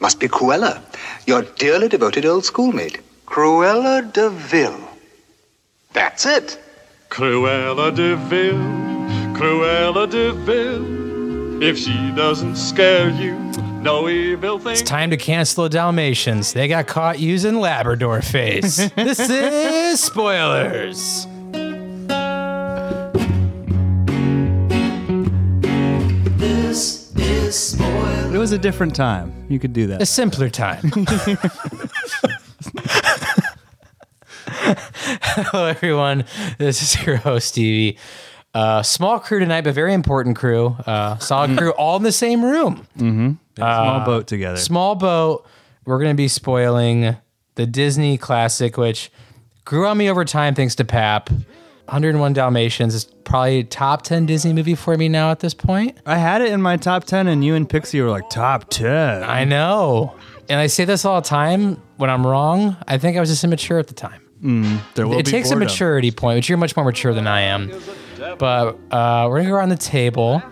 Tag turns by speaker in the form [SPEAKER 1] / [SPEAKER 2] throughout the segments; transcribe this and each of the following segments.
[SPEAKER 1] must be Cruella, your dearly devoted old schoolmate. Cruella de Vil. That's it.
[SPEAKER 2] Cruella de Vil, Cruella de Vil. If she doesn't scare you, no evil thing.
[SPEAKER 3] It's time to cancel the Dalmatians. They got caught using Labrador face. this is spoilers.
[SPEAKER 4] It was a different time. You could do
[SPEAKER 3] A
[SPEAKER 4] that.
[SPEAKER 3] simpler time. Hello, everyone. This is your host, Stevie. Uh, small crew tonight, but very important crew. Uh, solid crew, all in the same room.
[SPEAKER 4] Small boat together.
[SPEAKER 3] Small boat. We're going to be spoiling the Disney classic, which grew on me over time thanks to Pap. 101 Dalmatians is probably top 10 Disney movie for me now at this point.
[SPEAKER 4] I had it in my top 10, and you and Pixie were like, top 10.
[SPEAKER 3] I know. And I say this all the time when I'm wrong. I think I was just immature at the time.
[SPEAKER 4] there will
[SPEAKER 3] it
[SPEAKER 4] be
[SPEAKER 3] takes
[SPEAKER 4] boredom.
[SPEAKER 3] a maturity point, which you're much more mature than I am. But uh, we're gonna go around the table,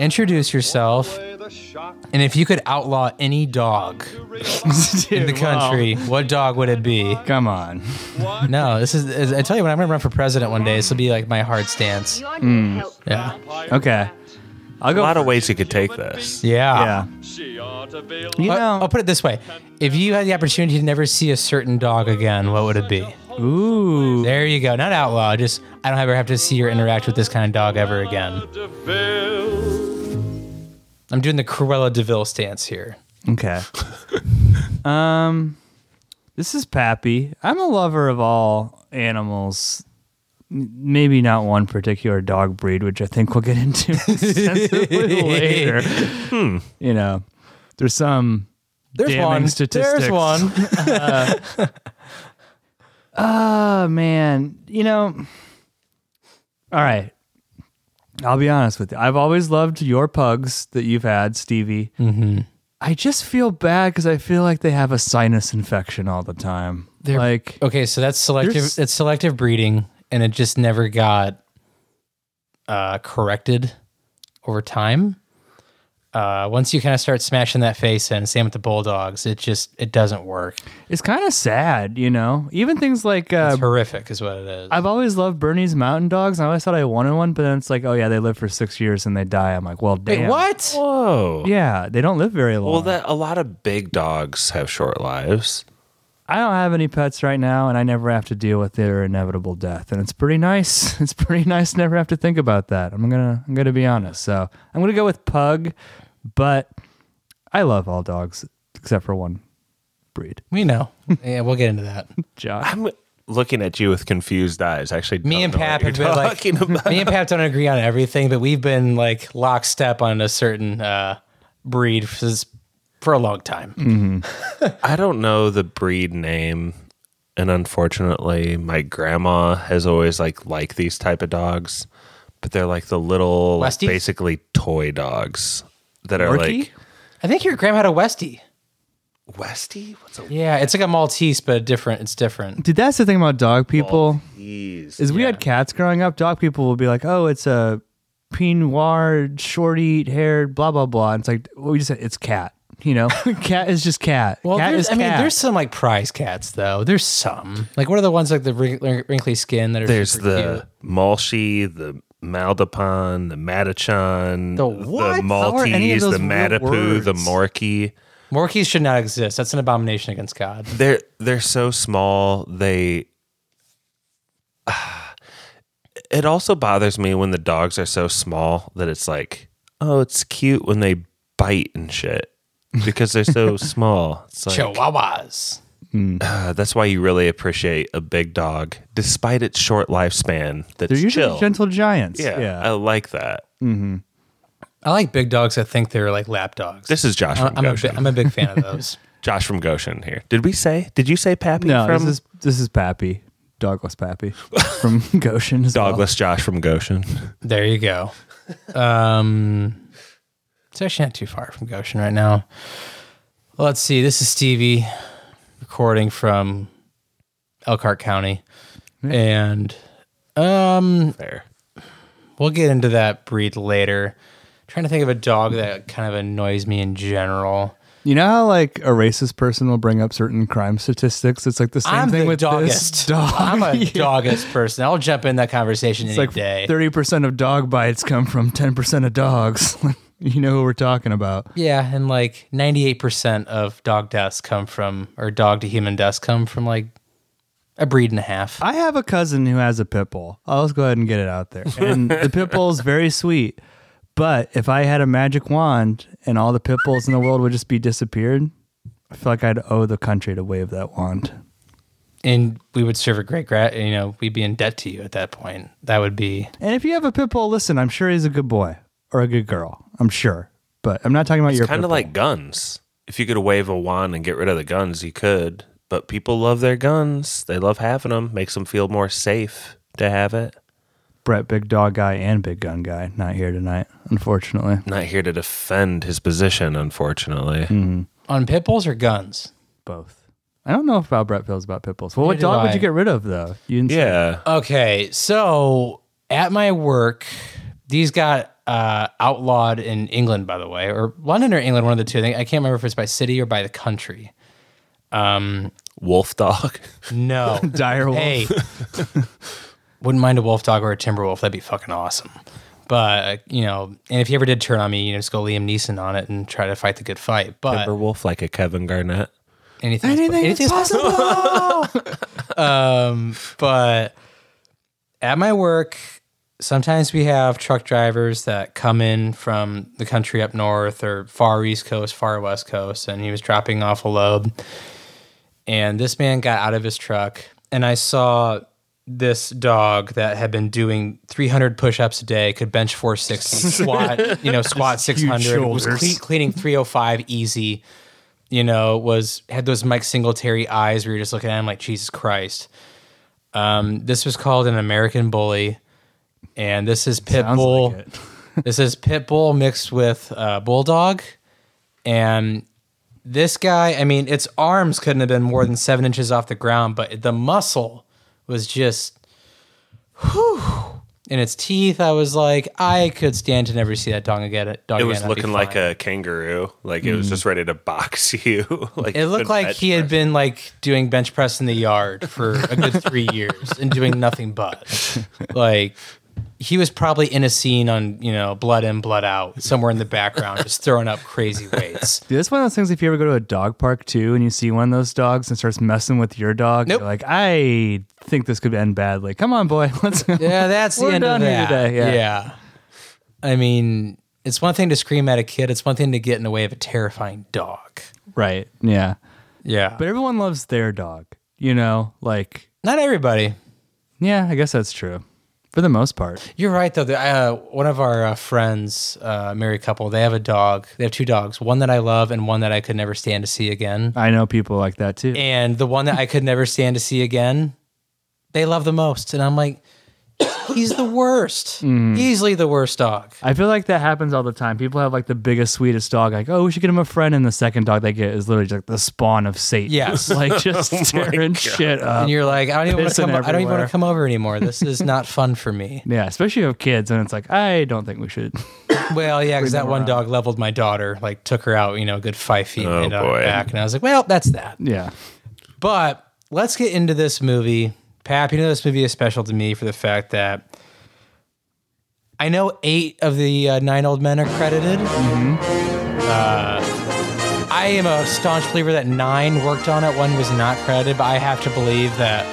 [SPEAKER 3] introduce yourself, and if you could outlaw any dog in the
[SPEAKER 4] Dude,
[SPEAKER 3] country, what dog would it be?
[SPEAKER 4] wow. Come on.
[SPEAKER 3] No, this is. is- I tell you, when I'm gonna run for president one day, this will be like my hard stance.
[SPEAKER 5] Your help.
[SPEAKER 3] Yeah,
[SPEAKER 4] Okay. I'll
[SPEAKER 6] A
[SPEAKER 4] go.
[SPEAKER 6] lot of ways you could take this.
[SPEAKER 3] yeah.
[SPEAKER 4] yeah.
[SPEAKER 2] She ought to be
[SPEAKER 4] You
[SPEAKER 3] I'll- I'll
[SPEAKER 4] know.
[SPEAKER 3] put it this way: if you had the opportunity to never see a certain dog again, what would it be?
[SPEAKER 4] Ooh.
[SPEAKER 3] There you go. Not outlaw. Just I don't ever have to see or interact with this kind of dog ever again.
[SPEAKER 2] de Vil.
[SPEAKER 3] I'm doing the Cruella Deville stance here.
[SPEAKER 4] Okay. um, this is Pappy. I'm a lover of all animals. M- Maybe not one particular dog breed, which I think we'll get into extensively later.
[SPEAKER 3] Hmm.
[SPEAKER 4] You know, there's some
[SPEAKER 3] There's
[SPEAKER 4] damning
[SPEAKER 3] one.
[SPEAKER 4] statistics.
[SPEAKER 3] There's one.
[SPEAKER 4] Oh man, you know. All right, I'll be honest with you. I've always loved your pugs that you've had, Stevie. Mm-hmm. I just feel bad because I feel like they have a sinus infection all the time.
[SPEAKER 3] They're-
[SPEAKER 4] like,
[SPEAKER 3] Okay, so that's selective.
[SPEAKER 4] There's-
[SPEAKER 3] It's selective breeding, and it just never got uh, corrected over time. Uh, once you kind of start smashing that face in, same with the bulldogs, it just it doesn't work.
[SPEAKER 4] it's kind of sad, you know. Even things like uh,
[SPEAKER 3] It's horrific, is what it is.
[SPEAKER 4] I've always loved Bernie's mountain dogs. and I always thought I wanted one, but then it's like, oh yeah, they live for six years and they die. I'm like, well, damn.
[SPEAKER 3] Wait, what?
[SPEAKER 6] Whoa.
[SPEAKER 4] Yeah, they don't live very long.
[SPEAKER 6] Well, that a lot of big dogs have short lives.
[SPEAKER 4] I don't have any pets right now, and I never have to deal with their inevitable death, and it's pretty nice. It's pretty nice to never have to think about that. I'm gonna I'm gonna be honest. So I'm gonna go with pug, but I love all dogs except for one breed.
[SPEAKER 3] We know. yeah, we'll get into that.
[SPEAKER 4] Josh,
[SPEAKER 6] I'm looking at you with confused eyes. I Actually,
[SPEAKER 3] Me
[SPEAKER 6] don't
[SPEAKER 3] and
[SPEAKER 6] know what
[SPEAKER 3] Pap
[SPEAKER 6] you're
[SPEAKER 3] have been like
[SPEAKER 6] talking about.
[SPEAKER 3] me and Pap don't agree on everything, but we've been like lockstep on a certain uh, breed for, this- for a long time.
[SPEAKER 6] I don't know the breed name, and unfortunately, my grandma has always like liked these type of dogs, but they're like the little, like,
[SPEAKER 3] Westies?
[SPEAKER 6] basically toy dogs that are
[SPEAKER 4] Yorkie?
[SPEAKER 6] like
[SPEAKER 3] I think your grandma had a Westie.
[SPEAKER 6] Westie. What's a
[SPEAKER 3] Yeah, it's like a Maltese, but different. It's different.
[SPEAKER 4] dude, that's the thing about dog people
[SPEAKER 6] Maltese?
[SPEAKER 4] is we
[SPEAKER 6] Yeah.
[SPEAKER 4] had cats growing up. Dog people will be like, oh, it's a Pinoir, shorty haired, blah blah blah. And it's like we just said, it's cat. You know, cat is just cat.
[SPEAKER 3] Well,
[SPEAKER 4] cat
[SPEAKER 3] there's,
[SPEAKER 4] is
[SPEAKER 3] I mean,
[SPEAKER 4] cat.
[SPEAKER 3] there's some like prize cats though. There's some like what are the ones like the wrink- wrink- wrinkly skin that are
[SPEAKER 6] There's
[SPEAKER 3] super
[SPEAKER 6] the Malshi, the Maldapan, the Matachan,
[SPEAKER 3] The what?
[SPEAKER 4] How are any of
[SPEAKER 6] Maltese, the
[SPEAKER 4] those real
[SPEAKER 6] Matapu, the
[SPEAKER 4] words?
[SPEAKER 6] Morkie.
[SPEAKER 3] cute? Morkies should not exist. That's an abomination against God.
[SPEAKER 6] They're they're so small. They. It also bothers me when the dogs are so small that it's like, oh, it's cute when they bite and shit because they're so small. It's like,
[SPEAKER 3] Chihuahuas.
[SPEAKER 6] uh, that's why you really appreciate a big dog, despite its short lifespan. That's
[SPEAKER 4] They're usually
[SPEAKER 6] chill.
[SPEAKER 4] gentle giants.
[SPEAKER 6] yeah,
[SPEAKER 4] yeah.
[SPEAKER 6] I like that.
[SPEAKER 3] I like big dogs. I think they're like lap dogs.
[SPEAKER 6] This is Josh
[SPEAKER 3] I-
[SPEAKER 6] from
[SPEAKER 3] I'm a,
[SPEAKER 6] Goshen.
[SPEAKER 3] bi- I'm a big fan of those.
[SPEAKER 6] Josh from Goshen here. Did we say? Did you say Pappy
[SPEAKER 4] No,
[SPEAKER 6] from
[SPEAKER 4] this is this is Pappy, dogless Pappy from Goshen. As
[SPEAKER 6] Dogless Josh from Goshen?
[SPEAKER 3] There you go. Um, it's actually not too far from Goshen right now. Let's see. This is Stevie recording from Elkhart County, and um,
[SPEAKER 6] There.
[SPEAKER 3] we'll get into that breed later. trying to think of a dog that kind of annoys me in general.
[SPEAKER 4] You know how like a racist person will bring up certain crime statistics? It's like the same
[SPEAKER 3] I'm
[SPEAKER 4] thing
[SPEAKER 3] the
[SPEAKER 4] with this
[SPEAKER 3] doggest.
[SPEAKER 4] dog.
[SPEAKER 3] I'm a doggest person. I'll jump in that conversation
[SPEAKER 4] It's
[SPEAKER 3] any
[SPEAKER 4] like
[SPEAKER 3] day.
[SPEAKER 4] thirty percent of dog bites come from ten percent of dogs. you know who we're talking about.
[SPEAKER 3] Yeah, and like 98% of dog deaths come from, or dog to human deaths come from like a breed and a half.
[SPEAKER 4] I have a cousin who has a pit bull. I'll just go ahead and get it out there. And the pit bull is very sweet. But if I had a magic wand and all the pit bulls in the world would just be disappeared, I feel like I'd owe the country to wave that wand.
[SPEAKER 3] And we would serve a great grat, you know, we'd be in debt to you at that point. That would be,
[SPEAKER 4] And if you have a pit bull, listen, I'm sure he's a good boy or a good girl. I'm sure. But I'm not talking about your
[SPEAKER 6] It's
[SPEAKER 4] pit
[SPEAKER 6] kind
[SPEAKER 4] bull.
[SPEAKER 6] of like guns. If you could wave a wand and get rid of the guns, you could. But people love their guns. They love having them. Makes them feel more safe to have it.
[SPEAKER 4] Brett, big dog guy and big gun guy, not here tonight, unfortunately.
[SPEAKER 6] Not here to defend his position, unfortunately.
[SPEAKER 3] on pit bulls or guns?
[SPEAKER 4] Both. I don't know if how Brett feels about pit bulls. Well, what
[SPEAKER 3] Neither do
[SPEAKER 4] dog would
[SPEAKER 3] I.
[SPEAKER 4] you get rid of though? You didn't say.
[SPEAKER 6] Yeah,
[SPEAKER 3] Okay, so at my work, these got uh, outlawed in England, by the way, or London or England, one of the two. I, think, I can't remember if it's by city or by the country. Um,
[SPEAKER 6] wolf dog.
[SPEAKER 3] No.
[SPEAKER 4] dire wolf.
[SPEAKER 3] hey. wouldn't mind a wolf dog or a timber wolf. That'd be fucking awesome. But, you know, and if you ever did turn on me, you know, just go Liam Neeson on it and try to fight the good fight. But
[SPEAKER 6] Timber wolf like a Kevin Garnett.
[SPEAKER 3] anything, anything's possible. um, but at my work, sometimes we have truck drivers that come in from the country up north or far east coast, far west coast, and he was dropping off a load. And this man got out of his truck, and I saw this dog that had been doing 300 push-ups a day could bench 460 squat you know squat 600 was
[SPEAKER 4] shoulders.
[SPEAKER 3] cle- cleaning 305 easy you know, was had those Mike Singletary eyes where you're just looking at him like Jesus Christ. Um, this was called an American Bully, and this is
[SPEAKER 4] Sounds
[SPEAKER 3] Pitbull.
[SPEAKER 4] like it.
[SPEAKER 3] this is Pitbull mixed with uh, Bulldog, and this guy. I mean, its arms couldn't have been more than seven inches off the ground, but the muscle was just, whew. In its teeth, I was like, I could stand to never see that dog again. Dog
[SPEAKER 6] It
[SPEAKER 3] again.
[SPEAKER 6] was
[SPEAKER 3] I'd Oh, be
[SPEAKER 6] looking
[SPEAKER 3] fine.
[SPEAKER 6] like a kangaroo. Like it was just ready to box you. like
[SPEAKER 3] It looked like he had been like doing bench press in the yard for a good three years and doing nothing but. Like he was probably in a scene on you know blood in blood out somewhere in the background just throwing up crazy weights.
[SPEAKER 4] Dude, that's one of those things. If you ever go to a dog park too, and you see one of those dogs and starts messing with your dog,
[SPEAKER 3] Nope.
[SPEAKER 4] you're like, I think this could end badly. Come on, boy, let's go.
[SPEAKER 3] Yeah, that's the
[SPEAKER 4] We're
[SPEAKER 3] end
[SPEAKER 4] done
[SPEAKER 3] of
[SPEAKER 4] here
[SPEAKER 3] that.
[SPEAKER 4] today, yeah.
[SPEAKER 3] I mean, it's one thing to scream at a kid. It's one thing to get in the way of a terrifying dog.
[SPEAKER 4] Right? Yeah.
[SPEAKER 3] Yeah,
[SPEAKER 4] But
[SPEAKER 3] but
[SPEAKER 4] everyone loves their dog. You know, like,
[SPEAKER 3] not everybody.
[SPEAKER 4] yeah, I guess that's true for the most part.
[SPEAKER 3] You're right though. The, uh, one of our uh, friends, uh, married couple, they have a dog. They have two dogs. One that I love and one that I could never stand to see again.
[SPEAKER 4] I know people like that too.
[SPEAKER 3] And the one that I could never stand to see again, they love the most. And I'm like, he's the worst.
[SPEAKER 4] Mm.
[SPEAKER 3] Easily the worst dog.
[SPEAKER 4] I feel like that happens all the time. People have like the biggest, sweetest dog. Like, oh, we should get him a friend, and the second dog they get is literally just like the spawn of Satan.
[SPEAKER 3] Yes.
[SPEAKER 4] like just tearing shit up.
[SPEAKER 3] Oh And you're like, I don't even want to
[SPEAKER 4] Pissing
[SPEAKER 3] come. I don't even want
[SPEAKER 4] everywhere.
[SPEAKER 3] to come over anymore. This is not fun for me.
[SPEAKER 4] Yeah, especially if you have kids, and it's like, I don't think we should.
[SPEAKER 3] Well, yeah, because that
[SPEAKER 4] them
[SPEAKER 3] one
[SPEAKER 4] around.
[SPEAKER 3] dog leveled my daughter, like took her out, you know, a good five feet
[SPEAKER 6] Oh,
[SPEAKER 3] and on her
[SPEAKER 6] boy.
[SPEAKER 3] back, and I was like, well, that's that.
[SPEAKER 4] Yeah.
[SPEAKER 3] But let's get into this movie. Pap, you know this movie is special to me for the fact that I know eight of the uh, nine old men are credited.
[SPEAKER 4] Mm-hmm.
[SPEAKER 3] Uh, I am a staunch believer that nine worked on it. One was not credited, but I have to believe that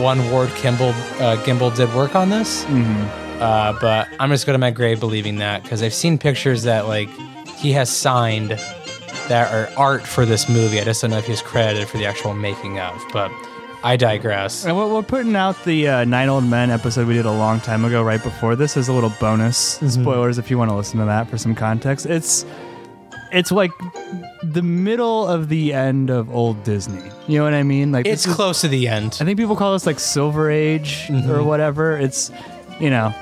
[SPEAKER 3] one Ward Kimball uh, Gimbel did work on this.
[SPEAKER 4] Mm-hmm.
[SPEAKER 3] Uh, but I'm just going to my grave believing that because I've seen pictures that like he has signed that are art for this movie. I just don't know if he's credited for the actual making of, but I digress.
[SPEAKER 4] And we're, we're putting out the uh, Nine Old Men episode we did a long time ago, right before this, as a little bonus spoilers if you want to listen to that for some context. It's it's like the middle of the end of old Disney. You know what I mean? Like
[SPEAKER 3] It's
[SPEAKER 4] this is-
[SPEAKER 3] close to the
[SPEAKER 4] I
[SPEAKER 3] end.
[SPEAKER 4] think people call this like Silver Age or whatever. It's you know.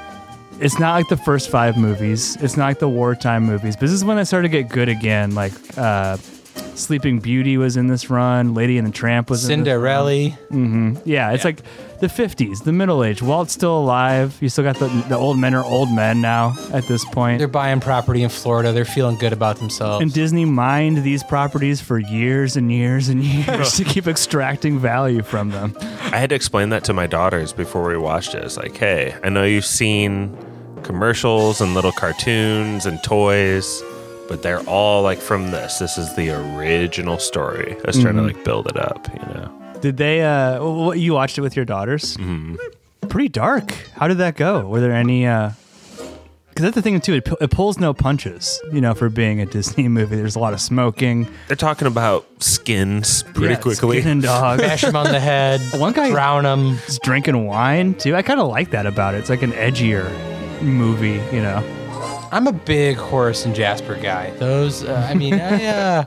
[SPEAKER 4] It's not like the first five movies. It's not like the wartime movies. But this is when I started to get good again. Like uh, Sleeping Beauty was in this run. Lady and the Tramp was in this
[SPEAKER 3] Cinderella.
[SPEAKER 4] yeah, it's like the 50s, the middle age. Walt's still alive. You still got the, the old men are old men now at this point.
[SPEAKER 3] They're buying property in Florida. They're feeling good about themselves.
[SPEAKER 4] and Disney mined these properties for years and years and years to keep extracting value from them.
[SPEAKER 6] I had to explain that to my daughters before we watched it. It's like, hey, I know you've seen commercials and little cartoons and toys, but they're all like from this. This is the original story. I was trying to
[SPEAKER 4] Mm-hmm.
[SPEAKER 6] like build it up, you know.
[SPEAKER 4] Did they? Uh, what you watched it with your daughters?
[SPEAKER 6] Mm-hmm.
[SPEAKER 4] Pretty dark. How did that go? Were there any? Because that's the thing too. It, pu- it pulls no punches. You know, for being a Disney movie, there's a lot of smoking.
[SPEAKER 6] They're talking about skins pretty
[SPEAKER 4] Yeah,
[SPEAKER 6] quickly.
[SPEAKER 4] skin and dog.
[SPEAKER 3] Bash him on the head.
[SPEAKER 4] One guy-
[SPEAKER 3] drown him.
[SPEAKER 4] It's drinking wine too. I kind of like that about it. It's like an edgier movie. You know.
[SPEAKER 3] I'm a big Horace and Jasper guy. Those, uh, I mean, I, uh,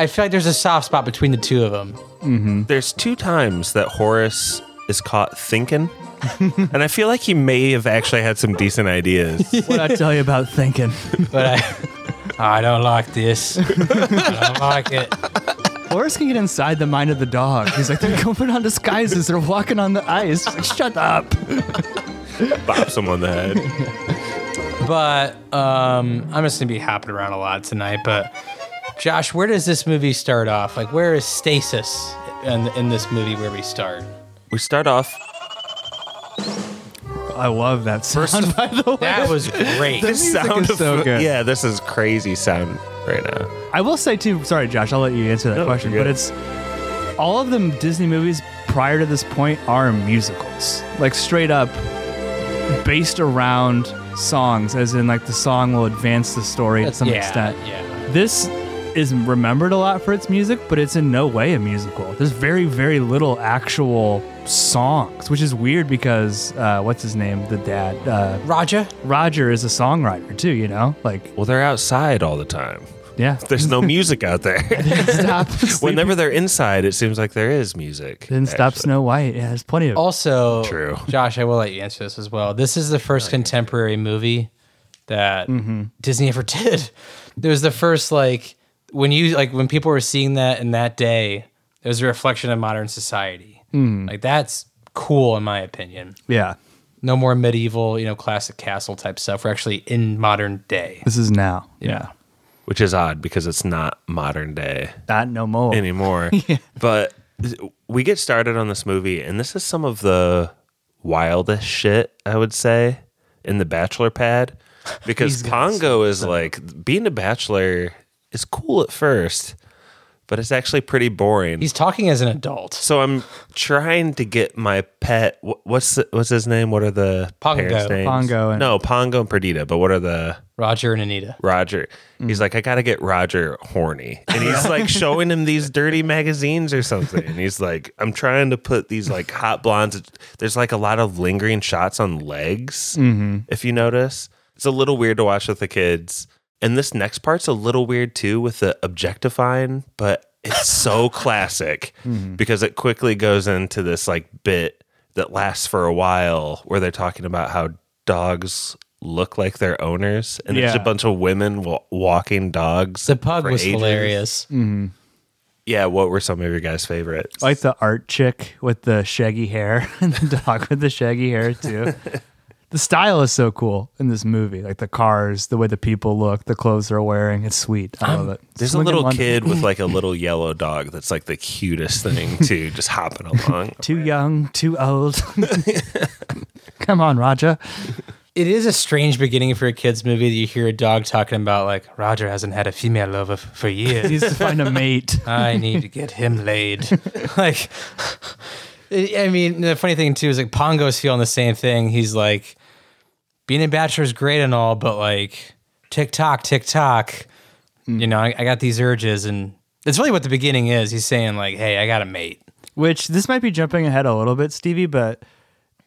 [SPEAKER 3] I feel like there's a soft spot between the two of them.
[SPEAKER 6] There's two times that Horace is caught thinking, and I feel like he may have actually had some decent ideas.
[SPEAKER 4] What I tell you about thinking?
[SPEAKER 3] But I, I don't like this. I don't like it.
[SPEAKER 4] Boris can get inside the mind of the dog. He's like, they're going on disguises. They're walking on the ice. Like, Shut up.
[SPEAKER 6] Bop someone on the head.
[SPEAKER 3] But um, I'm just gonna be hopping around a lot tonight. But Josh, where does this movie start off? Like, where is stasis in, in this movie where we start?
[SPEAKER 6] We start off
[SPEAKER 4] I love that sound. By the way,
[SPEAKER 3] That was great.
[SPEAKER 6] this
[SPEAKER 4] music
[SPEAKER 6] sound
[SPEAKER 4] is
[SPEAKER 6] of-
[SPEAKER 4] so good.
[SPEAKER 6] Yeah, this is crazy sound right now.
[SPEAKER 4] I will say too. Sorry, Josh. I'll let you answer that
[SPEAKER 6] No,
[SPEAKER 4] question.
[SPEAKER 6] you're
[SPEAKER 4] But
[SPEAKER 6] good.
[SPEAKER 4] it's all of the Disney movies prior to this point are musicals, like straight up based around songs, as in like the song will advance the story to some
[SPEAKER 3] yeah,
[SPEAKER 4] extent.
[SPEAKER 3] Yeah.
[SPEAKER 4] This is remembered a lot for its music, but it's in no way a musical. There's very, very little actual songs, which is weird because uh, what's his name, the dad, uh,
[SPEAKER 3] Roger.
[SPEAKER 4] Roger, is a songwriter too. You know, like
[SPEAKER 6] Well, they're outside all the time.
[SPEAKER 4] yeah.
[SPEAKER 6] There's no music out there.
[SPEAKER 4] Stop.
[SPEAKER 6] Whenever they're inside, it seems like there is music.
[SPEAKER 4] Didn't stop
[SPEAKER 6] actually. Oh.
[SPEAKER 4] Snow White. Yeah, there's plenty of.
[SPEAKER 3] Also,
[SPEAKER 6] True. Oh,
[SPEAKER 3] Josh, I will let you answer this as well. This is the first contemporary movie that
[SPEAKER 6] Mm-hmm.
[SPEAKER 3] Disney ever did. It was the first like when you like when people were seeing that in that day. It was a reflection of modern society.
[SPEAKER 6] Mm-hmm.
[SPEAKER 3] Like that's cool in my opinion.
[SPEAKER 4] yeah,
[SPEAKER 3] No more medieval, you know, classic castle type stuff. We're actually in modern day.
[SPEAKER 4] this is now. Yeah,
[SPEAKER 6] Which is odd because it's not modern day
[SPEAKER 4] not no more.
[SPEAKER 6] anymore. But we get started on this movie, and this is some of the wildest shit, I would say, in the bachelor pad. Because Pongo is like, being a bachelor is cool at first, but it's actually pretty boring.
[SPEAKER 3] He's talking as an adult.
[SPEAKER 6] So I'm trying to get my pet. wh- What's the- what's his name? What are the
[SPEAKER 3] Pongo.
[SPEAKER 6] parents' names?
[SPEAKER 4] Pongo and-
[SPEAKER 6] no Pongo and Perdita. But what are the
[SPEAKER 3] Roger and Anita.
[SPEAKER 6] Roger? He's like, I gotta get Roger horny, and he's like showing him these dirty magazines or something. And he's like, I'm trying to put these like hot blondes. There's like a lot of lingering shots on legs. If you notice, it's a little weird to watch with the kids. And this next part's a little weird too with the objectifying, but it's so classic because it quickly goes into this like bit that lasts for a while where they're talking about how dogs look like their owners and there's a
[SPEAKER 4] Yeah.
[SPEAKER 6] bunch of women wa- walking dogs.
[SPEAKER 3] The pug
[SPEAKER 6] for
[SPEAKER 3] was
[SPEAKER 6] ages.
[SPEAKER 3] hilarious.
[SPEAKER 6] Yeah, what were some of your guys' favorites?
[SPEAKER 4] I like the art chick with the shaggy hair and the dog with the shaggy hair too. the style is so cool in this movie. Like the cars, the way the people look, the clothes they're wearing. It's sweet. I love it.
[SPEAKER 6] Um, There's a
[SPEAKER 4] Swinging
[SPEAKER 6] little
[SPEAKER 4] London.
[SPEAKER 6] kid with like a little yellow dog that's like the cutest thing too, just hopping along.
[SPEAKER 4] Too young, too old. Come on, Raja.
[SPEAKER 3] It is a strange beginning for a kids movie that you hear a dog talking about like Roger hasn't had a female lover f- for years.
[SPEAKER 4] Needs to find a mate.
[SPEAKER 3] I need to get him laid. like, I mean, the funny thing too is like Pongo's feeling the same thing. He's like, being a bachelor is great and all, but like, tick tock, tick tock. You know, I, I got these urges, and it's really what the beginning is. He's saying like, hey, I got a mate.
[SPEAKER 4] Which this might be jumping ahead a little bit, Stevie, but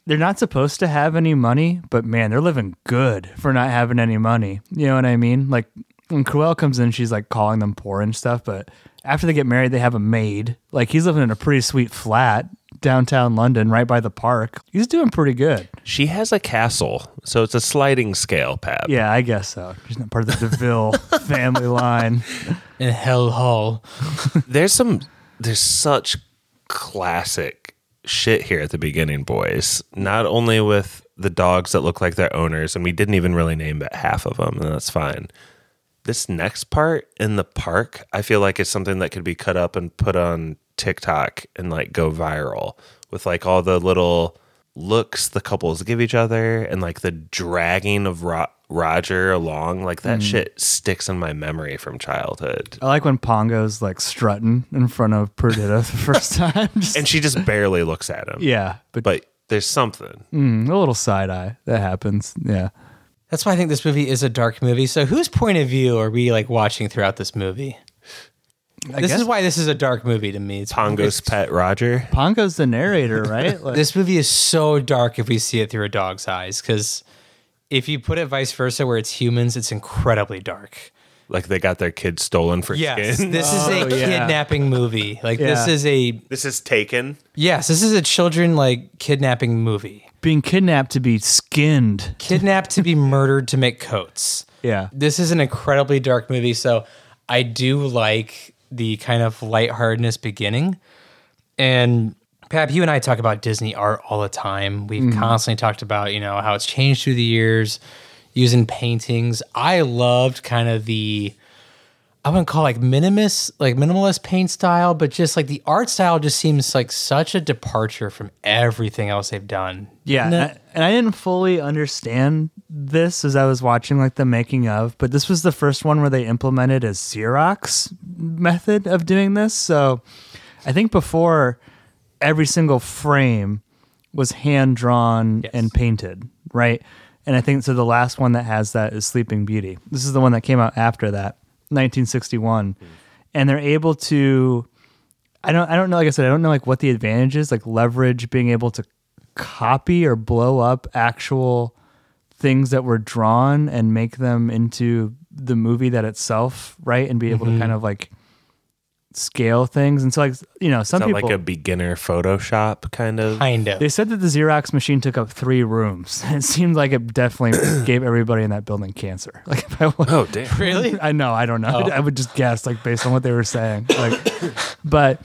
[SPEAKER 4] they're not supposed to have any money, but man, they're living good for not having any money. You know what I mean? Like when Cruel comes in, she's like calling them poor and stuff, but after they get married, they have a maid. Like he's living in a pretty sweet flat downtown London, right by the park. He's doing pretty good.
[SPEAKER 6] She has a castle, so it's a sliding scale, Pat.
[SPEAKER 4] Yeah, I guess so. He's not part of the DeVille family line.
[SPEAKER 3] In Hell Hall,
[SPEAKER 6] There's some there's such classic shit here at the beginning, boys. Not only with the dogs that look like their owners, and we didn't even really name but half of them, and that's fine. This next part in the park, I feel like is something that could be cut up and put on TikTok and like go viral with like all the little looks the couples give each other and like the dragging of Ro- Roger along. Like that shit sticks in my memory from childhood.
[SPEAKER 4] I like when Pongo's like strutting in front of Perdita the first time. Just-
[SPEAKER 6] And she just barely looks at him.
[SPEAKER 4] yeah, but,
[SPEAKER 6] But there's something.
[SPEAKER 4] mm, a little side eye that happens. Yeah,
[SPEAKER 3] That's why I think this movie is a dark movie. So whose point of view are we like watching throughout this movie?
[SPEAKER 4] I
[SPEAKER 3] this
[SPEAKER 4] guess
[SPEAKER 3] is why this is a dark movie to me. It's
[SPEAKER 6] Pongo's pet Roger.
[SPEAKER 4] Pongo's the narrator, right? Like,
[SPEAKER 3] This movie is so dark if we see it through a dog's eyes because if you put it vice versa where it's humans, it's incredibly dark.
[SPEAKER 6] Like they got their kid stolen for
[SPEAKER 3] Yes,
[SPEAKER 6] skin.
[SPEAKER 3] this is a
[SPEAKER 4] Oh, yeah.
[SPEAKER 3] kidnapping movie. Like this
[SPEAKER 4] Yeah.
[SPEAKER 3] is a
[SPEAKER 6] This is taken.
[SPEAKER 3] yes, this is a children like kidnapping movie.
[SPEAKER 4] being kidnapped to be skinned.
[SPEAKER 3] Kidnapped to be murdered to make coats.
[SPEAKER 4] Yeah,
[SPEAKER 3] This is an incredibly dark movie, so I do like the kind of lightheartedness beginning. And Pap, you and I talk about Disney art all the time. We've constantly talked about, you know, how it's changed through the years, using paintings. I loved kind of the I wouldn't call it like minimalist, like minimalist paint style, but just like the art style just seems like such a departure from everything else they've done.
[SPEAKER 4] Yeah,
[SPEAKER 3] No.
[SPEAKER 4] and I- and I didn't fully understand this as I was watching like the making of, but this was the first one where they implemented a Xerox method of doing this. So I think before every single frame was hand drawn and painted, right? And I think so the last one that has that is Sleeping Beauty. This is the one that came out after that, 1961. And they're able to I don't I don't know like I said I don't know like what the advantage is like leverage being able to copy or blow up actual things that were drawn and make them into the movie that itself right and be able
[SPEAKER 6] Mm-hmm.
[SPEAKER 4] to kind of like scale things and so like you know some
[SPEAKER 6] Not
[SPEAKER 4] people
[SPEAKER 6] like a beginner Photoshop kind of.
[SPEAKER 3] Kind of.
[SPEAKER 4] they said that the Xerox machine took up three rooms. It seemed like it definitely gave everybody in that building cancer. Like if I was,
[SPEAKER 6] oh damn.
[SPEAKER 3] Really? Oh.
[SPEAKER 4] I know. I don't know. I would just guess, like based on what they were saying. Like, but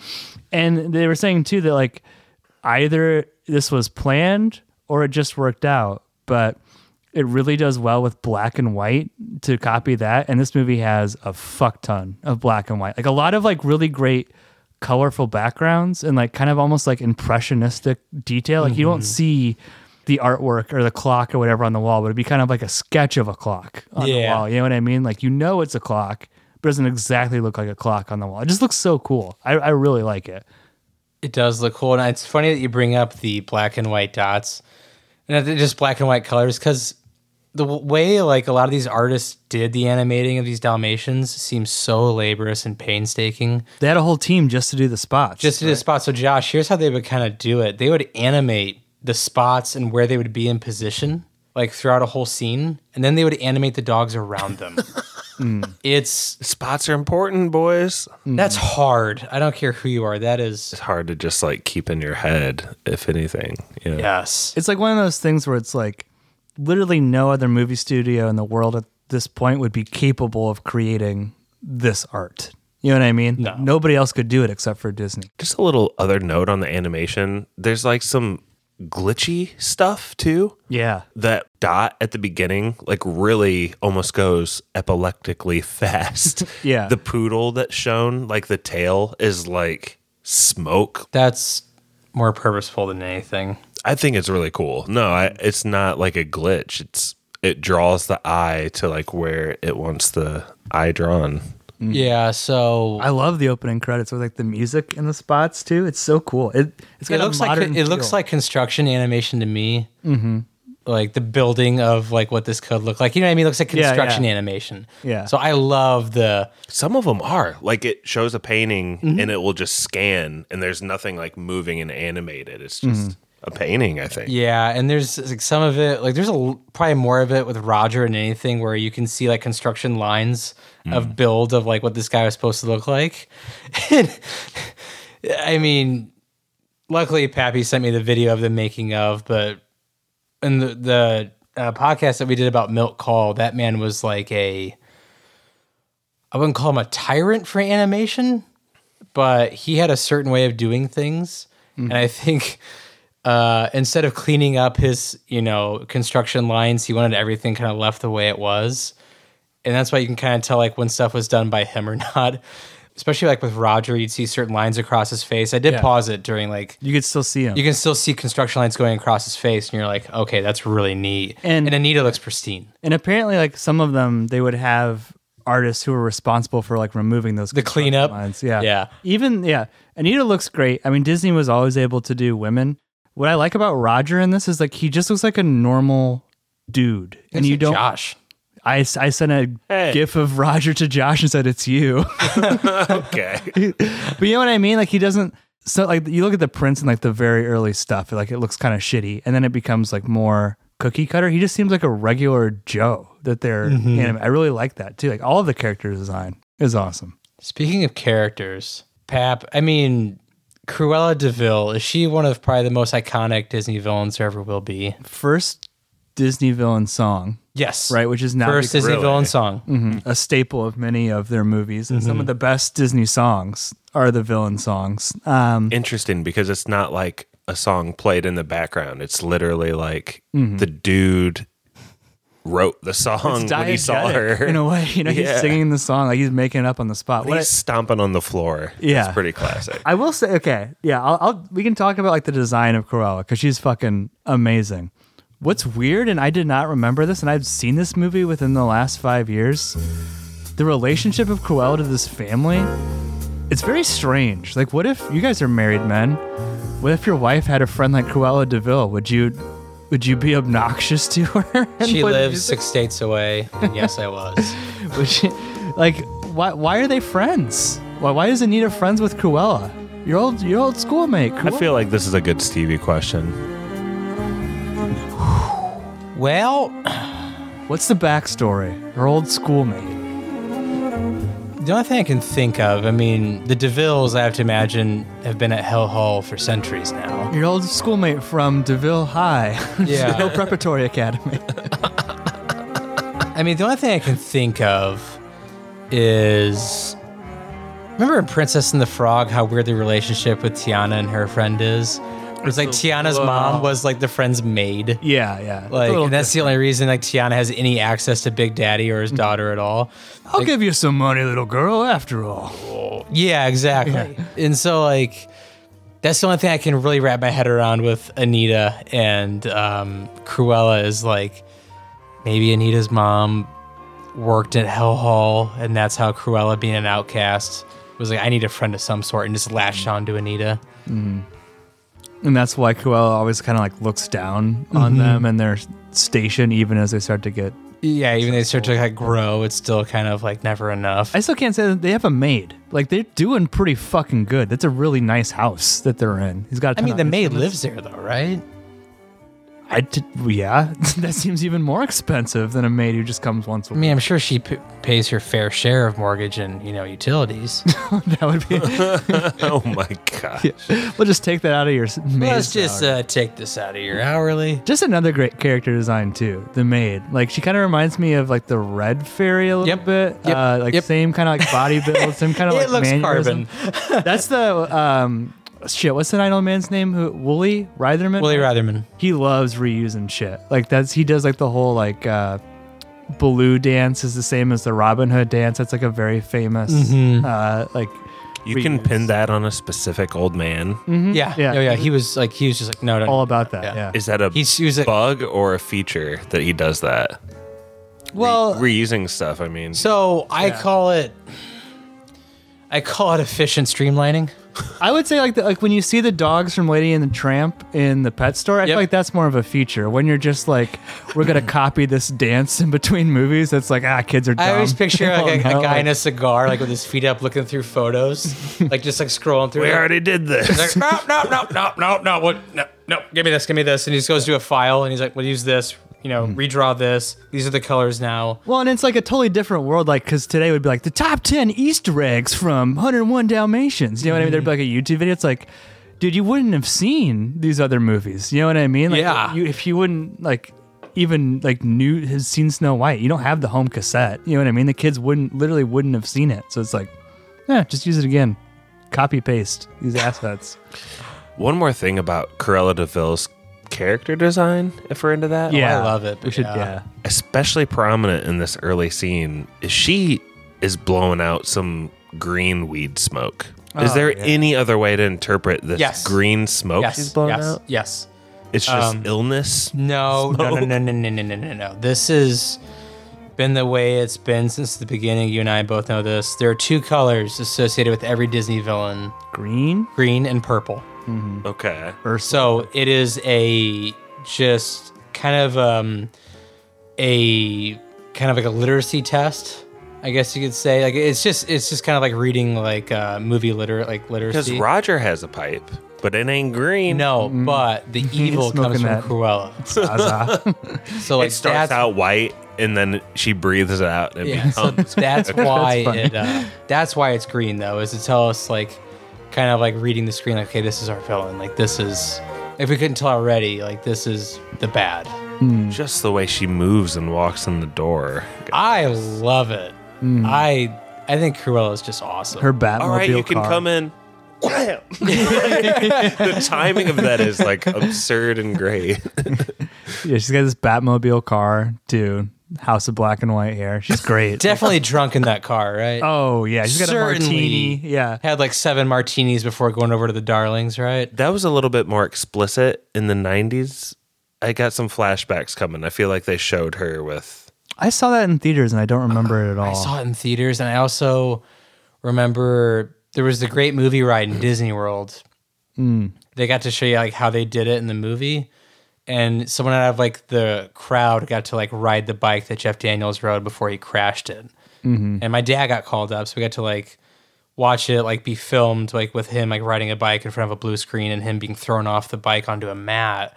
[SPEAKER 4] and they were saying too that like either this was planned or it just worked out. But it really does well with black and white to copy that. And this movie has a fuck ton of black and white. Like a lot of like really great colorful backgrounds and like kind of almost like impressionistic detail. Like you
[SPEAKER 3] Mm-hmm.
[SPEAKER 4] don't see the artwork or the clock or whatever on the wall, but it'd be kind of like a sketch of a clock on the
[SPEAKER 3] Yeah.
[SPEAKER 4] wall. You know what I mean? Like you know it's a clock, but it doesn't exactly look like a clock on the wall. It just looks so cool. I, I really like it.
[SPEAKER 3] It does look cool, and it's funny that you bring up the black and white dots, and they're just black and white colors, because the w- way like a lot of these artists did the animating of these Dalmatians seems so laborious and painstaking.
[SPEAKER 4] They had a whole team just to do the spots.
[SPEAKER 3] Just to do the spot. So Josh, here's how they would kind of do it. They would animate the spots and where they would be in position, like throughout a whole scene, and then they would animate the dogs around them. It's
[SPEAKER 6] Spots are important, boys.
[SPEAKER 3] that's hard. I don't care who you are. That is
[SPEAKER 6] It's hard to just like keep in your head, if anything. Yeah.
[SPEAKER 3] yes.
[SPEAKER 4] it's like one of those things where it's like literally no other movie studio in the world at this point would be capable of creating this art. You know what I mean?
[SPEAKER 3] No.
[SPEAKER 4] Nobody else could do it except for Disney.
[SPEAKER 6] Just a little other note on the animation. There's like some glitchy stuff too.
[SPEAKER 4] Yeah.
[SPEAKER 6] That dot at the beginning, like, really almost goes epileptically fast.
[SPEAKER 4] Yeah.
[SPEAKER 6] The poodle that's shown, like, the tail is like smoke
[SPEAKER 3] That's more purposeful than anything.
[SPEAKER 6] I think it's really cool. No, I, it's not like a glitch. It's it draws the eye to like where it wants the eye drawn.
[SPEAKER 3] Yeah, so
[SPEAKER 4] I love the opening credits with like the music in the spots too. It's so cool. It it's got
[SPEAKER 3] it
[SPEAKER 4] a
[SPEAKER 3] looks like
[SPEAKER 4] modern
[SPEAKER 3] it looks
[SPEAKER 4] feel.
[SPEAKER 3] like construction animation to me. Mm-hmm. Like the building of like what this could look like. You know what I mean? It looks like
[SPEAKER 4] Yeah, yeah.
[SPEAKER 3] construction animation.
[SPEAKER 4] Yeah.
[SPEAKER 3] So I love the
[SPEAKER 6] Some of them are like it shows a painting and it will just scan and there's nothing like moving and animated. It's just a painting. I think.
[SPEAKER 3] yeah, and there's like some of it like there's a l- probably more of it with Roger and anything where you can see like construction lines of build of like what this guy was supposed to look like. And, I mean, luckily Pappy sent me the video of the making of, but in the the uh, podcast that we did about Milk Call, that man was like a I wouldn't call him a tyrant for animation, but he had a certain way of doing things.
[SPEAKER 4] Mm-hmm.
[SPEAKER 3] and I think uh, instead of cleaning up his you know construction lines, he wanted everything kind of left the way it was, and that's why you can kind of tell like when stuff was done by him or not. Especially like with Roger, you'd see certain lines across his face. I did
[SPEAKER 4] Yeah.
[SPEAKER 3] pause it during like
[SPEAKER 4] You could still see him.
[SPEAKER 3] you can still see construction lines going across his face, and you're like, okay, that's really neat.
[SPEAKER 4] And-
[SPEAKER 3] And, Anita looks pristine.
[SPEAKER 4] and apparently, like some of them, they would have artists who were responsible for like removing those
[SPEAKER 3] The
[SPEAKER 4] construction
[SPEAKER 3] cleanup.
[SPEAKER 4] lines. Yeah,
[SPEAKER 3] Yeah.
[SPEAKER 4] Even yeah, Anita looks great. I mean, Disney was always able to do women. What I like about Roger in this is like he just looks like a normal dude, and
[SPEAKER 3] It's
[SPEAKER 4] you
[SPEAKER 3] like
[SPEAKER 4] don't.
[SPEAKER 3] Josh.
[SPEAKER 4] I I sent a
[SPEAKER 6] Hey.
[SPEAKER 4] gif of Roger to Josh and said it's you.
[SPEAKER 6] Okay.
[SPEAKER 4] But you know what I mean? Like he doesn't. So like you look at the prints and like the very early stuff, like it looks kind of shitty, and then it becomes like more cookie cutter. He just seems like a regular Joe that they're. anim- I really like that too. Like all of the character design is awesome.
[SPEAKER 3] Speaking of characters, Pap, I mean, Cruella DeVille, is she one of probably the most iconic Disney villains there ever will be?
[SPEAKER 4] First Disney villain song,
[SPEAKER 3] Yes.
[SPEAKER 4] right? Which is now
[SPEAKER 3] First
[SPEAKER 4] become
[SPEAKER 3] Disney
[SPEAKER 6] Really?
[SPEAKER 3] villain song.
[SPEAKER 4] a staple of many of their movies, and some of the best Disney songs are the villain songs. Um,
[SPEAKER 6] Interesting because it's not like a song played in the background. It's literally like the dude wrote the song
[SPEAKER 4] Mm-hmm. it's
[SPEAKER 6] when he saw
[SPEAKER 4] diegetic
[SPEAKER 6] her.
[SPEAKER 4] in a way. You know, he's
[SPEAKER 6] Yeah.
[SPEAKER 4] singing the song like he's making it up on the spot. What I-
[SPEAKER 6] He's stomping on the floor.
[SPEAKER 4] Yeah.
[SPEAKER 6] It's pretty classic.
[SPEAKER 4] I will say, okay, yeah, I'll, I'll we can talk about like the design of Cruella because she's fucking amazing. What's weird, and I did not remember this, and I've seen this movie within the last five years. The relationship of Cruella to this family, it's very strange. Like, what if you guys are married men? What if your wife had a friend like Cruella Deville? Would you, would you be obnoxious to her? And
[SPEAKER 3] She
[SPEAKER 4] would-
[SPEAKER 3] lives six states away. and yes, I was.
[SPEAKER 4] would she, like, why? Why are they friends? Why? Why is Anita friends with Cruella? Your old, your old schoolmate.
[SPEAKER 6] I
[SPEAKER 4] Cruella.
[SPEAKER 6] feel like this is a good Stevie question.
[SPEAKER 3] Well,
[SPEAKER 4] What's the backstory? Her old schoolmate.
[SPEAKER 3] the only thing I can think of, I mean, the DeVilles, I have to imagine, have been at Hell Hall for centuries now.
[SPEAKER 4] Your old schoolmate from DeVille High.
[SPEAKER 3] Yeah.
[SPEAKER 4] DeVille Preparatory Academy.
[SPEAKER 3] I mean, the only thing I can think of is remember in Princess and the Frog how weird the relationship with Tiana and her friend is. It was like Tiana's mom was like the friend's maid.
[SPEAKER 4] Yeah, yeah. It's a
[SPEAKER 3] Like,
[SPEAKER 4] little
[SPEAKER 3] and that's
[SPEAKER 4] different. Mm.
[SPEAKER 3] the only reason like Tiana has any access to Big Daddy or his daughter at all.
[SPEAKER 4] I'll give you some money, little girl, after all.
[SPEAKER 3] Yeah, exactly. And so like that's the only thing I can really wrap my head around with Anita and um, Cruella is like maybe Anita's mom worked at Hell Hall and that's how Cruella being an outcast was like I need a friend of some sort and just latched on to Anita.
[SPEAKER 4] And that's why Cruella always kind of like looks down on them and their station, even as they start to get.
[SPEAKER 3] Yeah, even they start to like grow, it's still kind of like never enough.
[SPEAKER 4] I still can't say that they have a maid. Like they're doing pretty fucking good. That's a really nice house that they're in. He's got. a
[SPEAKER 3] I
[SPEAKER 4] ton
[SPEAKER 3] mean,
[SPEAKER 4] of
[SPEAKER 3] the maid lives
[SPEAKER 4] instruments.
[SPEAKER 3] there though, right?
[SPEAKER 4] I t- yeah, that seems even more expensive than a maid who just comes once a
[SPEAKER 3] I
[SPEAKER 4] week.
[SPEAKER 3] mean, I'm sure she p- pays her fair share of mortgage and you know utilities.
[SPEAKER 4] that would be.
[SPEAKER 6] Oh my god.
[SPEAKER 4] We'll just take that out of your s- maid.
[SPEAKER 3] Let's just
[SPEAKER 4] salary.
[SPEAKER 3] uh, take this out of your hourly.
[SPEAKER 4] just another great character design too. The maid, like she kind of reminds me of like the red fairy a little
[SPEAKER 3] Yep.
[SPEAKER 4] bit.
[SPEAKER 3] Yep.
[SPEAKER 4] Uh, like
[SPEAKER 3] Yep.
[SPEAKER 4] same kind of like body build, same kind of like
[SPEAKER 3] it looks
[SPEAKER 4] mannerism. That's the um shit. What's the idol man's name? Who Wooly Reitherman?
[SPEAKER 3] Willie Ratherman.
[SPEAKER 4] he loves reusing shit. Like that's he does like the whole like uh Baloo dance is the same as the Robin Hood dance. That's like a very famous
[SPEAKER 3] Mm-hmm.
[SPEAKER 4] uh like
[SPEAKER 6] You can pin that on a specific old man.
[SPEAKER 4] Mm.
[SPEAKER 3] Yeah,
[SPEAKER 4] Mm-hmm. Yeah.
[SPEAKER 3] yeah, yeah. He was like, he was just like, no, no.
[SPEAKER 4] all about that. Yeah.
[SPEAKER 3] Yeah.
[SPEAKER 6] Is that a
[SPEAKER 3] He's- he was a-
[SPEAKER 6] bug or a feature that he does that?
[SPEAKER 3] well,
[SPEAKER 6] Reusing stuff, I mean.
[SPEAKER 3] so I call it, I call it efficient streamlining.
[SPEAKER 4] I would say like the, like when you see the dogs from Lady and the Tramp in the pet store, I feel
[SPEAKER 3] Yep.
[SPEAKER 4] like that's more of a feature. When you're just like, we're gonna copy this dance in between movies. That's like ah, kids are. Dumb. Oh,
[SPEAKER 3] I always picture
[SPEAKER 4] They
[SPEAKER 3] like a,
[SPEAKER 4] don't know,
[SPEAKER 3] a guy
[SPEAKER 4] like-
[SPEAKER 3] in a cigar, like with his feet up, looking through photos, like just like scrolling through.
[SPEAKER 6] we
[SPEAKER 3] like,
[SPEAKER 6] already did this.
[SPEAKER 3] Like, no, no, no, no, no, no, what, no, no, give me this, give me this. And he just goes to a file and he's like, we'll use this, you know,
[SPEAKER 4] Hmm.
[SPEAKER 3] redraw this. These are the colors now.
[SPEAKER 4] Well, and it's like a totally different world. Like, because today would be like the top 10 Easter eggs from 101 Dalmatians. You know what I mean? There'd be like a YouTube video. It's like, dude, you wouldn't have seen these other movies. You know what I mean? Like,
[SPEAKER 3] Yeah.
[SPEAKER 4] You, if you wouldn't, like, even like knew has seen Snow White, you don't have the home cassette. You know what I mean? The kids wouldn't, literally wouldn't have seen it. So it's like, yeah, just use it again. Copy paste these assets.
[SPEAKER 6] One more thing about Corella DeVille's character design, if we're into that.
[SPEAKER 3] I love it,
[SPEAKER 4] We
[SPEAKER 3] but
[SPEAKER 4] should,
[SPEAKER 3] yeah.
[SPEAKER 4] yeah.
[SPEAKER 6] especially prominent in this early scene is she is blowing out some green weed smoke. Is
[SPEAKER 4] Oh,
[SPEAKER 6] there
[SPEAKER 4] yeah.
[SPEAKER 6] any other way to interpret this
[SPEAKER 3] Yes.
[SPEAKER 6] green smoke she's
[SPEAKER 3] Yes,
[SPEAKER 6] blowing
[SPEAKER 3] yes,
[SPEAKER 6] out?
[SPEAKER 3] yes.
[SPEAKER 6] It's just
[SPEAKER 3] Um,
[SPEAKER 6] illness.
[SPEAKER 3] No, no, no, no, no, no, no, no, no, no. This has been the way it's been since the beginning. You and I both know this. There are two colors associated with every Disney villain:
[SPEAKER 4] Green?
[SPEAKER 3] green and purple. Mm-hmm.
[SPEAKER 6] Okay.
[SPEAKER 3] So it is a just kind of um a kind of like a literacy test, I guess you could say. Like it's just it's just kind of like reading like uh movie liter like
[SPEAKER 6] Because Mm-hmm.
[SPEAKER 3] literacy.
[SPEAKER 6] Roger has a pipe, but it ain't green.
[SPEAKER 3] no, but the evil comes
[SPEAKER 4] smoking
[SPEAKER 3] from
[SPEAKER 4] that.
[SPEAKER 3] Cruella.
[SPEAKER 4] Zaza.
[SPEAKER 3] So like
[SPEAKER 6] it starts
[SPEAKER 3] that's,
[SPEAKER 6] out white and then she breathes it out and it
[SPEAKER 3] Yeah.
[SPEAKER 6] becomes
[SPEAKER 3] that's why
[SPEAKER 4] funny.
[SPEAKER 3] it uh, that's why it's green though, is to tell us like kind of like reading the screen like, okay, this is our villain, like this is if we couldn't tell already, like this is the bad.
[SPEAKER 6] just the way she moves and walks in the door.
[SPEAKER 3] I love it. I I think Cruella is just awesome.
[SPEAKER 4] Mm. Her Batmobile
[SPEAKER 6] All right, you can
[SPEAKER 4] car.
[SPEAKER 6] come in. Wham! the timing of that is like absurd and great.
[SPEAKER 4] Yeah, she's got this Batmobile car, dude. House of black and white hair. She's great.
[SPEAKER 3] Definitely drunk in that car, right?
[SPEAKER 4] oh yeah, she's got
[SPEAKER 3] Certainly.
[SPEAKER 4] a martini. Yeah,
[SPEAKER 3] Had like seven martinis before going over to the Darlings, right?
[SPEAKER 6] That was a little bit more explicit in the 90s. I got some flashbacks coming. I feel like they showed her with.
[SPEAKER 4] I saw that in theaters and I don't remember it at all.
[SPEAKER 3] I saw it in theaters, and I also remember there was the great movie ride in Disney World. They got to show you like how they did it in the movie, and someone out of like the crowd got to like ride the bike that Jeff Daniels rode before he crashed it. And my dad got called up, so we got to like watch it like be filmed like with him like riding a bike in front of a blue screen and him being thrown off the bike onto a mat.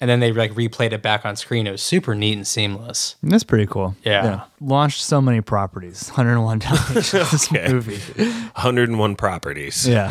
[SPEAKER 3] And then they like replayed it back on screen. It was super neat and seamless.
[SPEAKER 4] That's pretty cool.
[SPEAKER 3] Yeah.
[SPEAKER 4] launched so many properties. 101 Dalmatians. this movie.
[SPEAKER 6] 101 properties.
[SPEAKER 4] Yeah,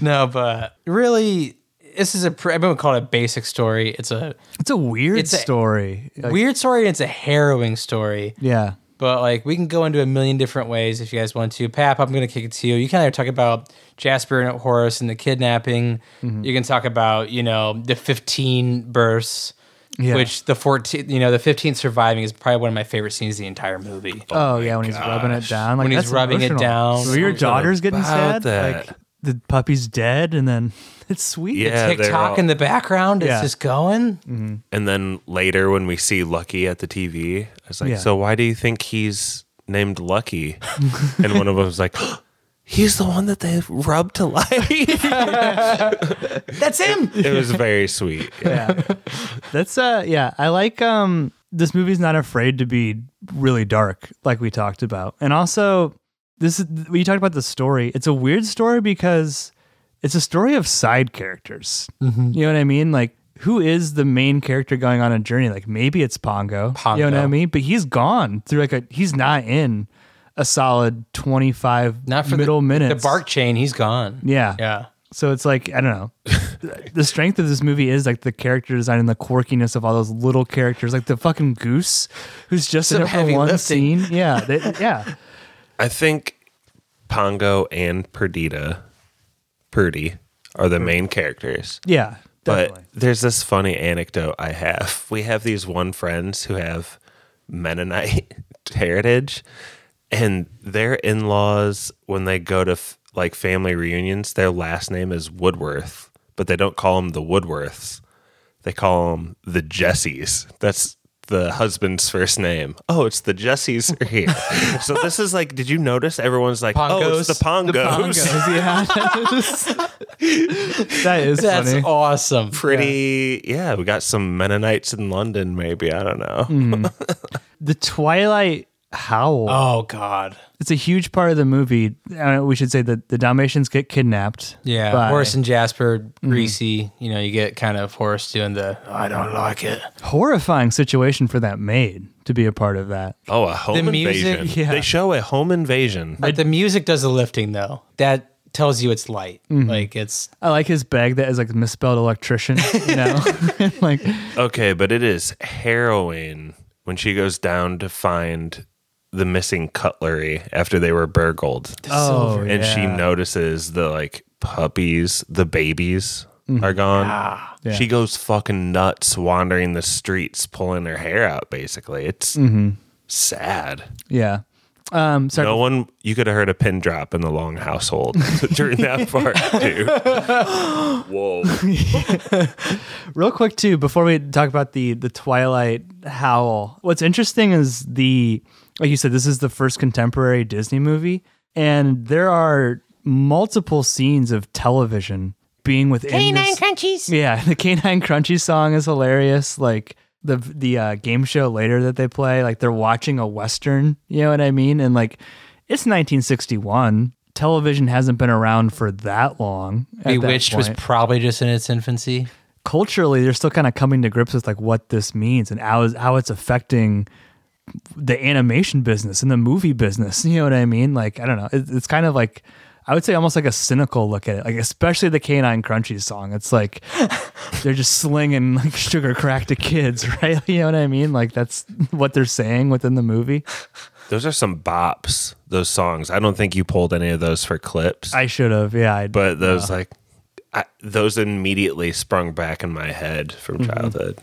[SPEAKER 3] No, but really, this is a. Pr- I mean, we call it a basic story. It's a
[SPEAKER 4] it's a weird
[SPEAKER 3] It's a-
[SPEAKER 4] story. Like,
[SPEAKER 3] weird story and it's a harrowing story.
[SPEAKER 4] Yeah,
[SPEAKER 3] But like, we can go into a million different ways if you guys want to. Pap, I'm gonna kick it to you. You kind of talk about Jasper and Horace and the kidnapping.
[SPEAKER 4] Mm-hmm.
[SPEAKER 3] You can talk about you know the 15 births.
[SPEAKER 4] Yeah.
[SPEAKER 3] Which the 14, you know, the 15 surviving is probably one of my favorite scenes of the entire movie.
[SPEAKER 4] Oh, yeah, when he's rubbing it down, like
[SPEAKER 3] When he's
[SPEAKER 4] that's
[SPEAKER 3] rubbing it
[SPEAKER 4] emotional.
[SPEAKER 3] down.
[SPEAKER 4] So your
[SPEAKER 6] Something
[SPEAKER 4] daughter's getting sad.
[SPEAKER 6] about that.
[SPEAKER 4] Like the puppy's dead, and then it's sweet.
[SPEAKER 6] Yeah, they're
[SPEAKER 3] TikTok
[SPEAKER 6] all-
[SPEAKER 3] in the background,
[SPEAKER 4] Yeah. Mm.
[SPEAKER 3] it's just going.
[SPEAKER 6] And then later when we see Lucky at the TV, I was like,
[SPEAKER 4] Yeah.
[SPEAKER 6] so why do you think he's named Lucky? and one of them was like, he's the one that they rubbed to life.
[SPEAKER 3] That's him.
[SPEAKER 6] it was very sweet. Yeah.
[SPEAKER 4] yeah. That's uh yeah, I like um this movie's not afraid to be really dark like we talked about. And also this is we talked about the story. It's a weird story because it's a story of side characters.
[SPEAKER 3] Mm-hmm.
[SPEAKER 4] You know what I mean? Like who is the main character going on a journey? Like maybe it's Pongo. You know what I
[SPEAKER 3] Pongo.
[SPEAKER 4] mean? But he's gone through like a he's not in a solid 25
[SPEAKER 3] Not for
[SPEAKER 4] middle
[SPEAKER 3] the,
[SPEAKER 4] minutes.
[SPEAKER 3] The bark chain, he's gone.
[SPEAKER 4] Yeah.
[SPEAKER 3] Yeah.
[SPEAKER 4] So it's like I don't know. the strength of this movie is like the character design and the quirkiness of all those little characters, like the fucking goose who's just in
[SPEAKER 3] Some
[SPEAKER 4] it for
[SPEAKER 3] heavy
[SPEAKER 4] one
[SPEAKER 3] lifting.
[SPEAKER 4] scene. Yeah, they- yeah,
[SPEAKER 6] I think Pongo and Perdita, Purdy, are the main characters.
[SPEAKER 4] yeah. Definitely.
[SPEAKER 6] But there's this funny anecdote I have. We have these one friends who have Mennonite heritage, and their in laws, when they go to f- like family reunions, their last name is Woodworth, but they don't call them the Woodworths. They call them the Jessies. That's the husband's first name. Oh, it's the Jessies are here. so this is like, did you notice everyone's like, oh, it's
[SPEAKER 3] Pongos.
[SPEAKER 6] the Pongos.
[SPEAKER 4] Pongos, yeah. that is
[SPEAKER 3] That's
[SPEAKER 4] funny.
[SPEAKER 3] awesome.
[SPEAKER 6] pretty yeah. we got some mennonites in london maybe i don't know
[SPEAKER 4] Mm. The Twilight Howl.
[SPEAKER 3] Oh God.
[SPEAKER 4] It's a huge part of the movie. Uh, we should say that the Dalmatians get kidnapped.
[SPEAKER 3] Yeah.
[SPEAKER 4] by-
[SPEAKER 3] Horace and Jasper,
[SPEAKER 4] Mm-hmm.
[SPEAKER 3] Greasy. You know, you get kind of Horace doing the I don't like it.
[SPEAKER 4] horrifying situation for that maid to be a part of that.
[SPEAKER 6] oh a home
[SPEAKER 3] The music,
[SPEAKER 6] invasion
[SPEAKER 4] yeah.
[SPEAKER 6] they show a home invasion
[SPEAKER 3] But the music does the lifting though. That tells you it's light.
[SPEAKER 4] Mm-hmm.
[SPEAKER 3] Like it's
[SPEAKER 4] I like his bag that is like misspelled electrician. You know, like
[SPEAKER 6] okay but it is harrowing when she goes down to find the missing cutlery after they were burgled.
[SPEAKER 4] Oh,
[SPEAKER 6] and she
[SPEAKER 4] yeah.
[SPEAKER 6] notices the like puppies, the babies are gone.
[SPEAKER 4] Mm-hmm. Yeah.
[SPEAKER 6] She goes fucking nuts wandering the streets pulling her hair out basically. It's
[SPEAKER 4] Mm-hmm.
[SPEAKER 6] sad.
[SPEAKER 4] Yeah. Um, sorry.
[SPEAKER 6] No one you could have heard a pin drop in the long household during that part, dude. Whoa.
[SPEAKER 4] Real quick too, before we talk about the the Twilight Howl. What's interesting is the like you said, this is the first contemporary Disney movie, and there are multiple scenes of television being within
[SPEAKER 5] Canine
[SPEAKER 4] this-
[SPEAKER 5] crunchies.
[SPEAKER 4] Yeah, the Canine Crunchy song is hilarious. Like the the uh, game show later that they play, like they're watching a western. You know what I mean? And like it's 1961. Television hasn't been around for that long. at that
[SPEAKER 3] Bewitched was
[SPEAKER 4] point.
[SPEAKER 3] probably just in its infancy.
[SPEAKER 4] culturally, they're still kind of coming to grips with like what this means and how is, how it's affecting the animation business and the movie business. You know what I mean? Like I don't know. It, it's kind of like I would say almost like a cynical look at it. Like especially the Canine Crunchy song. It's like they're just slinging like sugar crack to kids, right? You know what I mean? Like that's what they're saying within the movie.
[SPEAKER 6] Those are some bops, those songs. I don't think you pulled any of those for clips.
[SPEAKER 4] I should have. Yeah. I,
[SPEAKER 6] but those like I, those immediately sprung back in my head from childhood.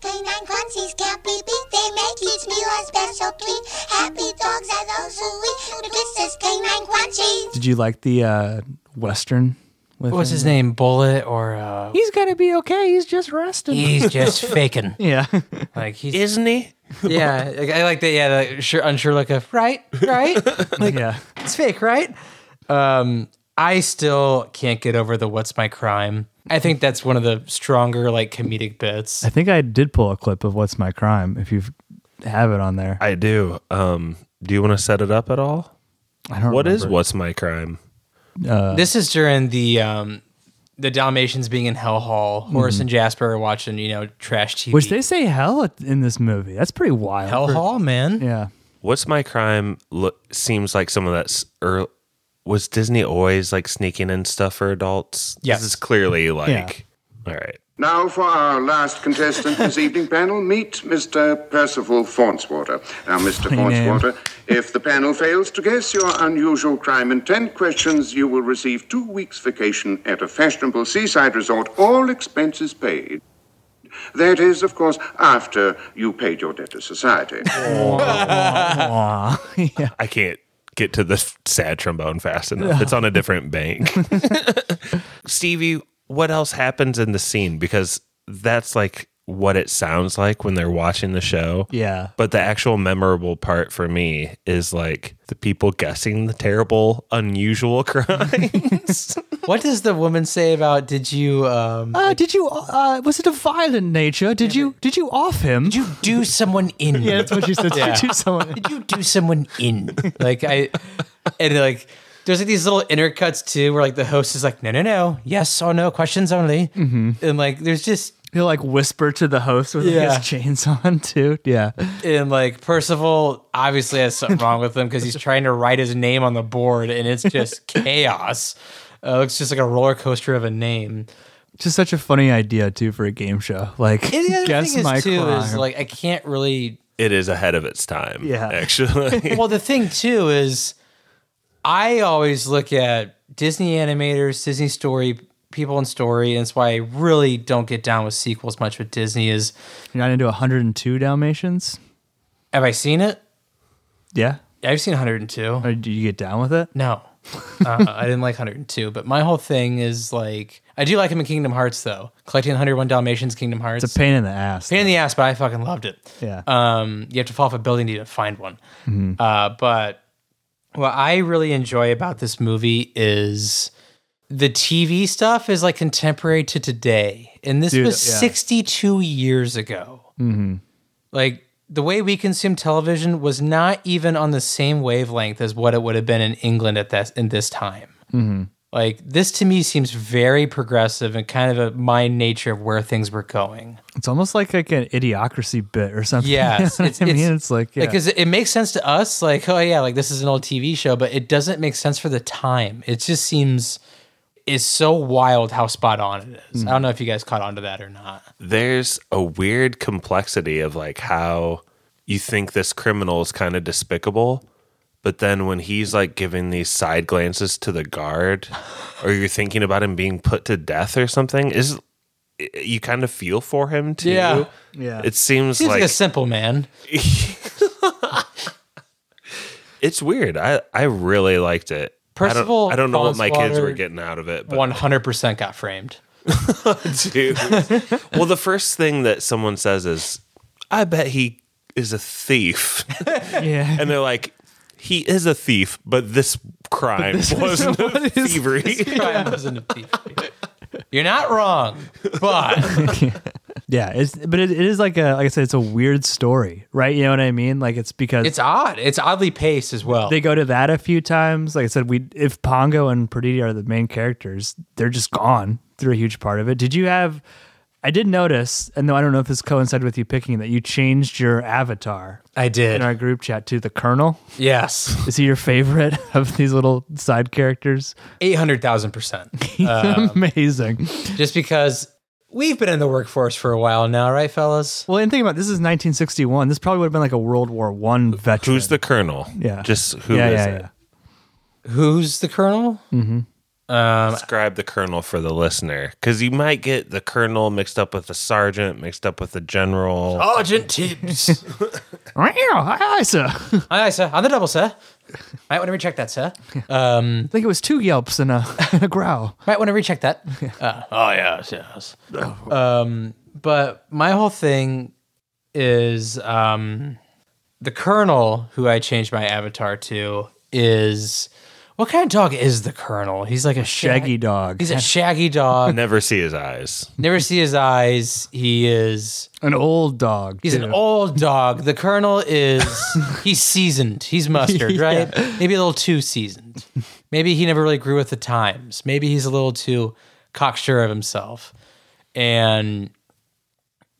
[SPEAKER 7] Canine crunchies can't be beat. They make each meal a special treat. Happy dogs are those who eat nutritious canine crunchies.
[SPEAKER 4] did you like the uh, western? With
[SPEAKER 3] What's
[SPEAKER 4] him?
[SPEAKER 3] his name? Bullet or uh,
[SPEAKER 4] He's gonna be okay. He's just resting.
[SPEAKER 3] he's just faking.
[SPEAKER 4] yeah.
[SPEAKER 3] Like he's
[SPEAKER 6] Isn't he?
[SPEAKER 3] yeah. Like, I like that. Yeah, the sure, unsure look of right, right. Like
[SPEAKER 4] yeah.
[SPEAKER 3] it's fake, right? Um, I still can't get over the "What's my crime." I think that's one of the stronger like comedic bits.
[SPEAKER 4] I think I did pull a clip of "What's My Crime" if you have it on there.
[SPEAKER 6] I do. Um, do you want to set it up at all?
[SPEAKER 4] I don't.
[SPEAKER 6] What is
[SPEAKER 4] remember.
[SPEAKER 6] what's my crime?
[SPEAKER 3] This is during the um, the Dalmatians being in Hell Hall. Horace and Jasper are watching, you know, trash TV.
[SPEAKER 4] Mm-hmm. Which they say hell at- in this movie. That's pretty wild.
[SPEAKER 3] Hell Hall, man.
[SPEAKER 4] Yeah.
[SPEAKER 6] What's my crime? Lo- seems like some of that's early. Was Disney always like sneaking in stuff for adults?
[SPEAKER 3] Yes.
[SPEAKER 6] This is clearly like. All right.
[SPEAKER 8] Now for our last contestant this evening panel, meet Mr. Percival Fawnswater. Now, Mr.
[SPEAKER 4] Funny name.
[SPEAKER 8] Fawnswater, if the panel fails to guess your unusual crime in 10 questions, you will receive two weeks' vacation at a fashionable seaside resort, all expenses paid. That is, of course, after you paid your debt to society.
[SPEAKER 6] I can't get to the sad trombone fast enough. It's on a different bank. Stevie, what else happens in the scene? Because that's like what it sounds like when they're watching the show.
[SPEAKER 4] Yeah.
[SPEAKER 6] But the actual memorable part for me is like the people guessing the terrible, unusual crimes.
[SPEAKER 3] What does the woman say about? Did you um,
[SPEAKER 4] Uh, did you? Uh, was it a violent nature? Did you? Did you off him?
[SPEAKER 3] did you do someone in?
[SPEAKER 4] yeah, that's what you said.
[SPEAKER 3] Yeah.
[SPEAKER 4] Did you do someone?
[SPEAKER 3] did you do someone in? Like I, and like there's like these little intercuts too, where like the host is like, no, no, no, yes or no questions only,
[SPEAKER 4] Mm-hmm.
[SPEAKER 3] and like there's just
[SPEAKER 4] He'll like whisper to the host with
[SPEAKER 3] Yeah.
[SPEAKER 4] his chains on too. Yeah.
[SPEAKER 3] and like Percival obviously has something wrong with him because he's trying to write his name on the board, and it's just chaos. Uh, looks just like a roller coaster of a name.
[SPEAKER 4] Just such a funny idea too for a game show. Like
[SPEAKER 3] And the other
[SPEAKER 4] guess
[SPEAKER 3] thing is
[SPEAKER 4] my
[SPEAKER 3] too
[SPEAKER 4] crime.
[SPEAKER 3] is like I can't really
[SPEAKER 6] it is ahead of its time.
[SPEAKER 4] Yeah.
[SPEAKER 6] Actually.
[SPEAKER 3] well, the thing too is, I always look at Disney animators, Disney story people in story, and it's why I really don't get down with sequels much with Disney. Is
[SPEAKER 4] You're not into 102 Dalmatians?
[SPEAKER 3] have I seen it?
[SPEAKER 4] Yeah.
[SPEAKER 3] I've seen 102.
[SPEAKER 4] Or do you get down with it?
[SPEAKER 3] No, uh, I didn't like 102. But my whole thing is like, I do like him in Kingdom Hearts though. Collecting 101 Dalmatians, Kingdom Hearts.
[SPEAKER 4] It's a pain in the ass.
[SPEAKER 3] pain in the ass, but I fucking loved it.
[SPEAKER 4] Yeah. Mm-hmm.
[SPEAKER 3] Um, you have to fall off a building to find one. Uh, but what I really enjoy about this movie is the TV stuff is like contemporary to today, and this
[SPEAKER 4] Dude,
[SPEAKER 3] was
[SPEAKER 4] yeah. Mm-hmm.
[SPEAKER 3] 62 years ago. Like the way we consume television was not even on the same wavelength as what it would have been in England at that in this time.
[SPEAKER 4] Mm-hmm.
[SPEAKER 3] Like this to me seems very progressive and kind of a my nature of where things were going.
[SPEAKER 4] It's almost like like an idiocracy bit or something.
[SPEAKER 3] Yes,
[SPEAKER 4] You know what I mean, it's, like yeah.
[SPEAKER 3] because it makes sense to us, like oh yeah, like this is an old TV show, but it doesn't make sense for the time. It just seems is so wild how spot on it is. I don't know if you guys caught on to that or not.
[SPEAKER 6] there's a weird complexity of like how you think this criminal is kind of despicable. But then when he's like giving these side glances to the guard, or you're thinking about him being put to death or something, is you kind of feel for him too.
[SPEAKER 3] Yeah.
[SPEAKER 4] Yeah.
[SPEAKER 6] It seems,
[SPEAKER 3] Seems like,
[SPEAKER 6] like,
[SPEAKER 3] a simple man.
[SPEAKER 6] it's weird. I, I really liked it. I don't-
[SPEAKER 3] Percival
[SPEAKER 6] I don't, know what my kids
[SPEAKER 3] Fonswater-
[SPEAKER 6] were getting out of it, but
[SPEAKER 3] 100% got framed.
[SPEAKER 6] Dude. well, the first thing that someone says is, I bet he is a thief.
[SPEAKER 4] yeah.
[SPEAKER 6] And they're like, he is a thief, but this crime wasn't a
[SPEAKER 4] what is-
[SPEAKER 6] thievery.
[SPEAKER 3] Crime wasn't a thief. You're not wrong, but
[SPEAKER 4] Yeah, it's but it, it is like a like I said, it's a weird story, right? You know what I mean? Like it's because
[SPEAKER 3] it's odd. It's oddly paced as well.
[SPEAKER 4] they go to that a few times. Like I said, we if Pongo and Perdita are the main characters, they're just gone through a huge part of it. Did you have? I did notice, and though I don't know if this coincided with you picking that you changed your avatar
[SPEAKER 3] I
[SPEAKER 4] in
[SPEAKER 3] did.
[SPEAKER 4] our group chat to the Colonel.
[SPEAKER 3] Yes.
[SPEAKER 4] Is he your favorite of these little side characters?
[SPEAKER 3] 800,000%.
[SPEAKER 4] He's amazing.
[SPEAKER 3] Just because we've been in the workforce for a while now, right, fellas?
[SPEAKER 4] Well, and think about it, this is 1961. This probably would have been like a World War One veteran.
[SPEAKER 6] Who's the colonel?
[SPEAKER 4] Yeah.
[SPEAKER 6] Just who is
[SPEAKER 4] yeah, yeah,
[SPEAKER 6] it?
[SPEAKER 4] yeah.
[SPEAKER 3] Who's the colonel?
[SPEAKER 4] Um,
[SPEAKER 6] Describe the colonel for the listener because you might get the colonel mixed up with the sergeant, mixed up with the general.
[SPEAKER 4] Oh.
[SPEAKER 3] Sergeant Tibbs.
[SPEAKER 4] Hi, hi, sir.
[SPEAKER 3] Aye, aye, Oh, sir. On the double, sir. Might want to recheck that, sir.
[SPEAKER 4] I think it was two yelps and a, a growl.
[SPEAKER 3] Might want to recheck that. Uh, oh yes, yes. um, but my whole thing is um, the colonel who I changed my avatar to is what kind of dog is the colonel? He's like a
[SPEAKER 4] Shaggy
[SPEAKER 3] shag-
[SPEAKER 4] dog.
[SPEAKER 3] He's a shaggy dog.
[SPEAKER 6] Never see his eyes.
[SPEAKER 3] Never see his eyes. He is.
[SPEAKER 4] an old dog.
[SPEAKER 3] He's an
[SPEAKER 4] too.
[SPEAKER 3] old dog. The colonel is. he's seasoned. He's mustard, right? Maybe a little too seasoned. Maybe he never really grew with the times. Maybe he's a little too cocksure of himself. And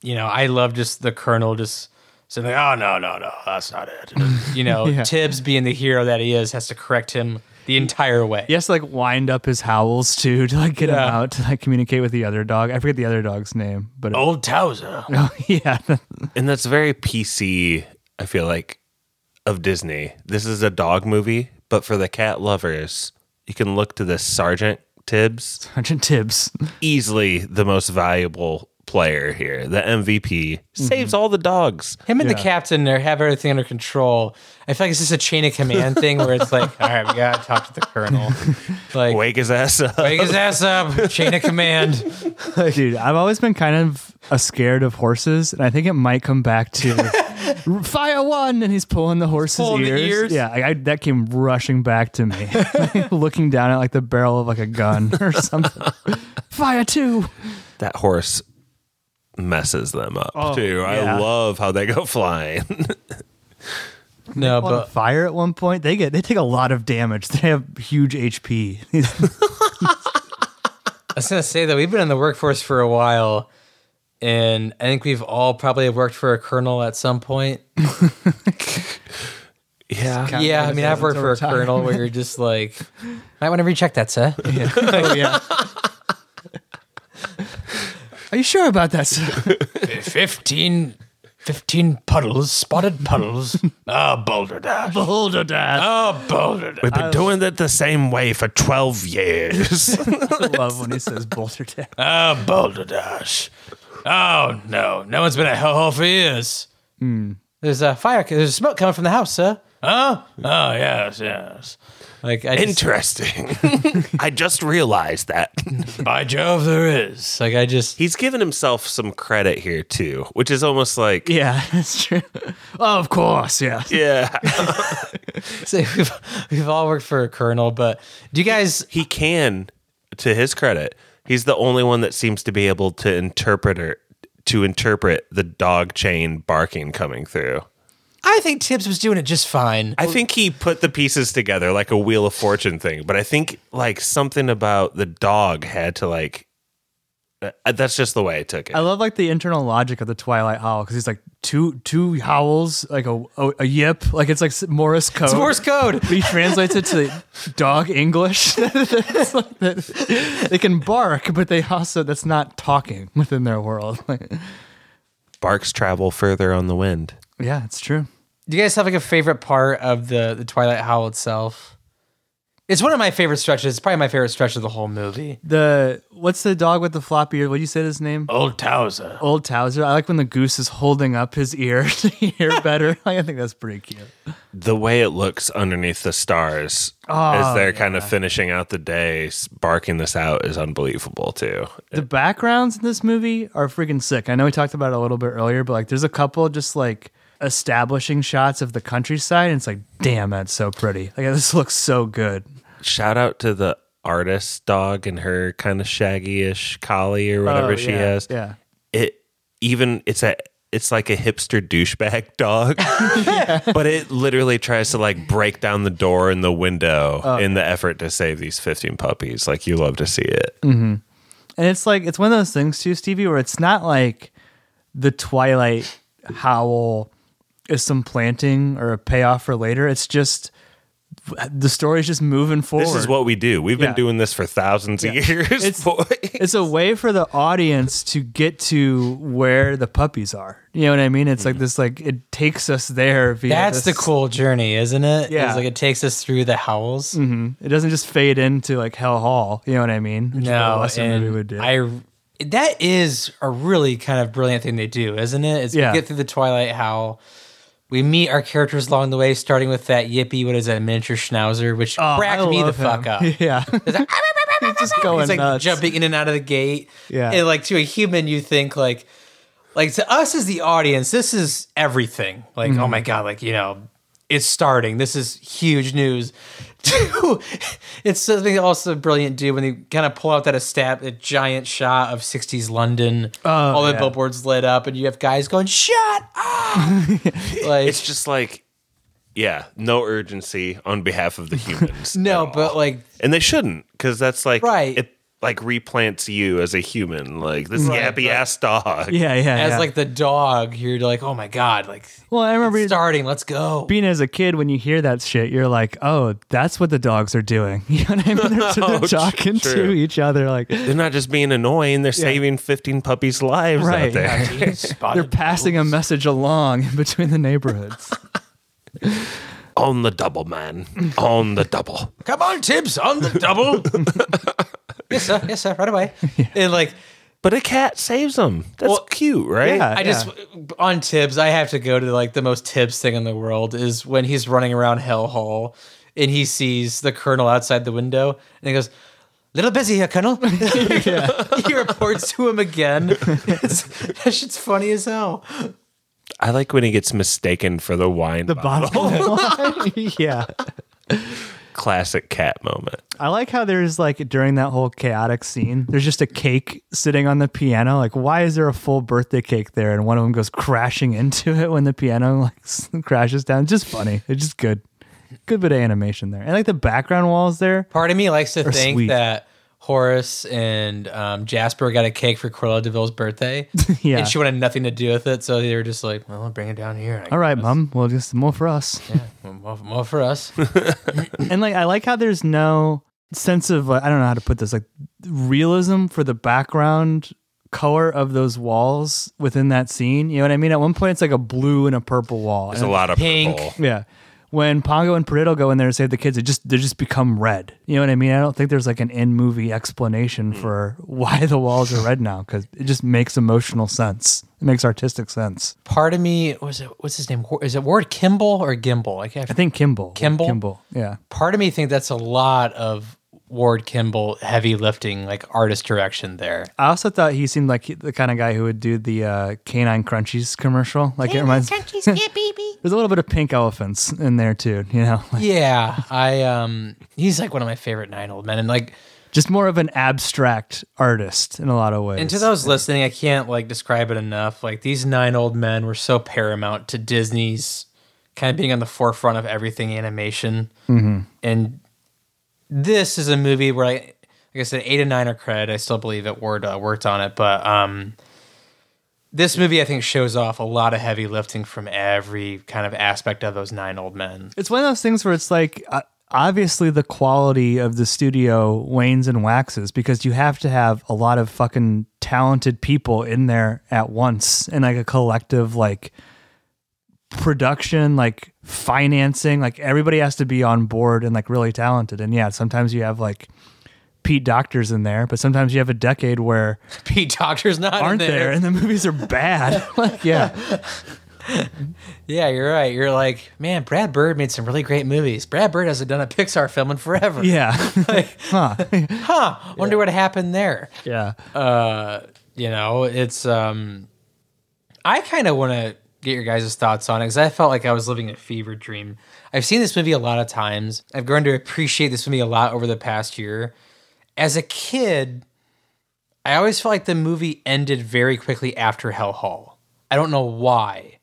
[SPEAKER 3] you know, I love just the colonel just saying, like, "Oh no, no, no, that's not it." You know,
[SPEAKER 4] Yeah.
[SPEAKER 3] Tibbs being the hero that he is has to correct him the entire way.
[SPEAKER 4] He has to like wind up his howls too to like get him
[SPEAKER 3] Yeah.
[SPEAKER 4] out to like communicate with the other dog. I forget the other dog's name, but it-
[SPEAKER 3] Old Towser.
[SPEAKER 4] yeah,
[SPEAKER 6] And that's very PC, I feel like, of Disney. This is a dog movie, but for the cat lovers, you can look to this Sergeant Tibbs,
[SPEAKER 4] Sergeant Tibbs.
[SPEAKER 6] easily the most valuable player here, the MVP, saves all the dogs.
[SPEAKER 3] Him and the captain there have everything under control. I feel like it's just a chain of command thing where it's like, all right, we gotta talk to the colonel. Like wake,
[SPEAKER 6] Wake his ass up.
[SPEAKER 3] his ass up, chain of command.
[SPEAKER 4] Dude, I've always been kind of a scared of horses, and I think it might come back to fire one, and he's pulling the horse's
[SPEAKER 3] pulling the
[SPEAKER 4] ears.
[SPEAKER 3] ears.
[SPEAKER 4] Yeah, I, I, that came rushing back to me, looking down at like the barrel of like a gun or something. fire two.
[SPEAKER 6] That horse messes them up too.
[SPEAKER 4] yeah.
[SPEAKER 6] I love how they go flying.
[SPEAKER 3] No,
[SPEAKER 4] on
[SPEAKER 3] but
[SPEAKER 4] fire at one point. They get they take a lot of damage. They have huge HP.
[SPEAKER 3] I was gonna say that we've been in the workforce for a while, and I think we've all probably have worked for a colonel at some point.
[SPEAKER 4] yeah,
[SPEAKER 3] yeah, I mean, I've worked for a colonel where you're just like, I want to recheck that, sir.
[SPEAKER 4] oh, yeah. Are you sure about that? Sir?
[SPEAKER 3] 15, 15 puddles, spotted puddles. Ah, boulder dash.
[SPEAKER 4] Hold on, Dad.
[SPEAKER 3] Ah, boulder dash.
[SPEAKER 6] We've been doing it the same way for twelve years.
[SPEAKER 4] I love when he says Boulder Dad.
[SPEAKER 3] Ah, Boulder Dash. Oh no, no one's been at hellhole for years. There's a fire. There's smoke coming from the house, sir. Hmm. Huh? Oh yes, yes. Like I just,
[SPEAKER 6] Interesting. I just realized that.
[SPEAKER 3] by Jove, there is. Like I just.
[SPEAKER 6] He's given himself some credit here too, which is almost like
[SPEAKER 4] Yeah, that's true. Oh, of course, yeah.
[SPEAKER 6] yeah.
[SPEAKER 3] Say we've we've all worked for a colonel, but do you guys?
[SPEAKER 6] He can, to his credit, he's the only one that seems to be able to interpret or, to interpret the dog chain barking coming through.
[SPEAKER 3] I think Tibbs was doing it just fine.
[SPEAKER 6] I think he put the pieces together like a Wheel of Fortune thing, but I think like something about the dog had to like. uh, that's just the way I took it.
[SPEAKER 4] I love like the internal logic of the Twilight Howl because he's like two two howls, like a a, a yip, like it's like Morris code.
[SPEAKER 3] It's Morse code.
[SPEAKER 4] But he translates it to dog English. It's like that- they can bark, but they also that's not talking within their world. Like,
[SPEAKER 6] Barks travel further on the wind.
[SPEAKER 4] Yeah, it's true.
[SPEAKER 3] Do you guys have like a favorite part of the the Twilight Howl itself? It's one of my favorite stretches. It's probably my favorite stretch of the whole movie.
[SPEAKER 4] The what's the dog with the floppy ear? What do you say his name?
[SPEAKER 3] Old Towser.
[SPEAKER 4] Old Towser. I like when the goose is holding up his ear to hear better. Like, I think that's pretty cute.
[SPEAKER 6] the way it looks underneath the stars as they're kind of finishing out the day, s- barking this out is unbelievable too.
[SPEAKER 4] The backgrounds in this movie are freaking sick. I know we talked about it a little bit earlier, but like there's a couple just like establishing shots of the countryside and it's like, damn, that's so pretty. Like this looks so good.
[SPEAKER 6] Shout out to the artist dog and her kind of shaggy-ish collie or whatever she
[SPEAKER 4] Oh, yeah,
[SPEAKER 6] has.
[SPEAKER 4] Yeah.
[SPEAKER 6] It even it's a it's like a hipster douchebag dog, but it literally tries to like break down the door and the window
[SPEAKER 4] Oh.
[SPEAKER 6] in the effort to save these 15 puppies. Like you love to see it.
[SPEAKER 4] And it's like it's one of those things too, Stevie, where it's not like the Twilight howl is some planting or a payoff for later. It's just the story's just moving forward.
[SPEAKER 6] This is what we do. We've
[SPEAKER 4] Yeah.
[SPEAKER 6] been doing this for thousands of years,
[SPEAKER 4] It's-
[SPEAKER 6] boy.
[SPEAKER 4] it's a way for the audience to get to where the puppies are. You know what I mean? It's like this like it takes us there via
[SPEAKER 3] Mm-hmm. That's the
[SPEAKER 4] this-
[SPEAKER 3] cool journey, isn't it?
[SPEAKER 4] Yeah. Mm-hmm.
[SPEAKER 3] It's like it takes us through the howls.
[SPEAKER 4] It doesn't just fade into like Hell Hall. You know what I mean? Which is what a
[SPEAKER 3] No,
[SPEAKER 4] Western
[SPEAKER 3] and
[SPEAKER 4] movie would do.
[SPEAKER 3] I that is a really kind of brilliant thing they do, isn't it? Is
[SPEAKER 4] Yeah.
[SPEAKER 3] we get through the Twilight Howl. We meet our characters along the way, starting with that yippy, what is that, miniature schnauzer, which
[SPEAKER 4] Oh,
[SPEAKER 3] cracked
[SPEAKER 4] I
[SPEAKER 3] me the
[SPEAKER 4] love
[SPEAKER 3] fuck
[SPEAKER 4] him.
[SPEAKER 3] up. He's
[SPEAKER 4] Yeah.
[SPEAKER 3] "Ah,
[SPEAKER 4] He's just going
[SPEAKER 3] like
[SPEAKER 4] nuts.
[SPEAKER 3] jumping in and out of the gate.
[SPEAKER 4] Yeah.
[SPEAKER 3] And like to a human, you think like like to us as the audience, this is everything. Like, oh
[SPEAKER 4] Mm-hmm.
[SPEAKER 3] my God, like, you know, it's starting. This is huge news. Two, it's something also brilliant, dude, when they kind of pull out that estab a giant shot of 60s London. all the
[SPEAKER 4] Oh, yeah.
[SPEAKER 3] billboards lit up, and you have guys going, shut up. like,
[SPEAKER 6] It's just like, yeah, no urgency on behalf of the humans.
[SPEAKER 3] no,
[SPEAKER 6] at all.
[SPEAKER 3] but like,
[SPEAKER 6] and they shouldn't because that's like
[SPEAKER 3] Right.
[SPEAKER 6] It like replants you as a human, like this yappy ass dog.
[SPEAKER 4] yeah, yeah.
[SPEAKER 3] as
[SPEAKER 4] yeah.
[SPEAKER 3] like the dog, you're like, oh my God, like,
[SPEAKER 4] well, I remember
[SPEAKER 3] it's starting, let's go.
[SPEAKER 4] being as a kid when you hear that shit, you're like, oh, that's what the dogs are doing. You know what I mean? They're,
[SPEAKER 3] Oh,
[SPEAKER 4] they're
[SPEAKER 6] tr-
[SPEAKER 4] talking to
[SPEAKER 6] true.
[SPEAKER 4] each other like
[SPEAKER 6] They're not just being annoying; they're saving fifteen puppies' lives
[SPEAKER 4] Right,
[SPEAKER 6] out there.
[SPEAKER 4] yeah. they're
[SPEAKER 3] They're
[SPEAKER 4] passing a message along in between the neighborhoods.
[SPEAKER 6] On the double, man. On the double.
[SPEAKER 3] Come on, Tibbs, on the double. yes, sir. Yes, sir. Right away. And like,
[SPEAKER 6] But a cat saves them. That's
[SPEAKER 3] Well,
[SPEAKER 6] cute, right?
[SPEAKER 4] yeah.
[SPEAKER 3] I just on Tibbs, I have to go to like the most Tibbs thing in the world is when he's running around Hell Hall and he sees the colonel outside the window and he goes, "Little busy here, Colonel." he reports to him again. It's, that shit's funny as hell.
[SPEAKER 6] I like when he gets mistaken for the wine.
[SPEAKER 4] The
[SPEAKER 6] bottle.
[SPEAKER 4] bottom. yeah.
[SPEAKER 6] Classic cat moment.
[SPEAKER 4] I like how there's like during that whole chaotic scene, there's just a cake sitting on the piano. Like, why is there a full birthday cake there? And one of them goes crashing into it when the piano like s- crashes down. Just funny. It's just good. Good bit of animation there. And like the background walls there.
[SPEAKER 3] Part of me likes to think
[SPEAKER 4] sweet.
[SPEAKER 3] that Horace and um, Jasper got a cake for Cruella Deville's birthday,
[SPEAKER 4] Yeah.
[SPEAKER 3] and she wanted nothing to do with it, so they were just like, "Well, I'll bring it down here." And I
[SPEAKER 4] All right, mom. Well, just more for us.
[SPEAKER 3] More, more for us.
[SPEAKER 4] and like I like how there's no sense of like, I don't know how to put this like realism for the background color of those walls within that scene. You know what I mean? At one point, it's like a blue and a purple wall.
[SPEAKER 6] There's a lot of
[SPEAKER 3] Uh, Pink.
[SPEAKER 6] purple.
[SPEAKER 4] Yeah. When Pongo and Perdido go in there and save the kids, it just they just become red. You know what I mean? I don't think there's like an in movie explanation for why the walls are red now because it just makes emotional sense. It makes artistic sense.
[SPEAKER 3] part of me was it what's his name Wa- is it ward kimball or gimble i can't
[SPEAKER 4] I think Kimball.
[SPEAKER 3] Kimball?
[SPEAKER 4] Kimball. Yeah.
[SPEAKER 3] part of me think that's a lot of ward kimball heavy lifting like artist direction there
[SPEAKER 4] I also thought he seemed like he- the kind of guy who would do the uh, canine crunchies commercial. Like it reminds.
[SPEAKER 7] Country's yeah, baby.
[SPEAKER 4] There's a little bit of pink elephants in there too. You know, Like,
[SPEAKER 3] yeah i um he's like one of my favorite nine old men and like
[SPEAKER 4] just more of an abstract artist in a lot of ways.
[SPEAKER 3] and to those listening i can't like describe it enough like these nine old men were so paramount to disney's kind of being on the forefront of everything animation
[SPEAKER 4] Mm-hmm.
[SPEAKER 3] and this is a movie where I, like I said, eight and nine are cred. I still believe that Ward uh, worked on it, but um, this movie I think shows off a lot of heavy lifting from every kind of aspect of those nine old men.
[SPEAKER 4] It's one of those things where it's like uh, obviously the quality of the studio wanes and waxes because you have to have a lot of fucking talented people in there at once and like a collective like production, like financing, like everybody has to be on board and like really talented. And yeah, sometimes you have like Pete Doctors in there, but sometimes you have a decade where
[SPEAKER 3] Pete Doctor's not
[SPEAKER 4] aren't
[SPEAKER 3] in there.
[SPEAKER 4] there and the movies are bad. like yeah.
[SPEAKER 3] Yeah, you're right. You're like, man, Brad Bird made some really great movies. Brad Bird hasn't done a Pixar film in forever.
[SPEAKER 4] Yeah.
[SPEAKER 3] Huh. Wonder what happened there.
[SPEAKER 4] yeah.
[SPEAKER 3] you know it's um i kind of want to get your guys' thoughts on it because i felt like i was living a fever dream i've seen this movie a lot of times i've grown to appreciate this movie a lot over the past year as a kid i always felt like the movie ended very quickly after hell hall i don't know why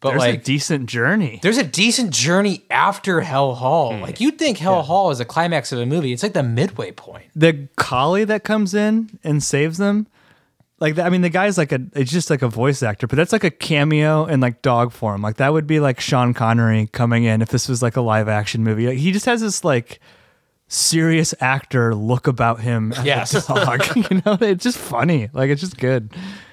[SPEAKER 3] but
[SPEAKER 4] There's
[SPEAKER 3] like
[SPEAKER 4] a decent journey.
[SPEAKER 3] there's a decent journey after hell hall
[SPEAKER 4] Hmm.
[SPEAKER 3] like you'd think hell hall is a climax of a movie it's like the midway point
[SPEAKER 4] the collie that comes in and saves them like that, i mean the guy's like a it's just like a voice actor but that's like a cameo in like dog form like that would be like sean connery coming in if this was like a live action movie like, he just has this like serious actor look about him as
[SPEAKER 3] Yes.
[SPEAKER 4] a dog you know it's just funny like it's just good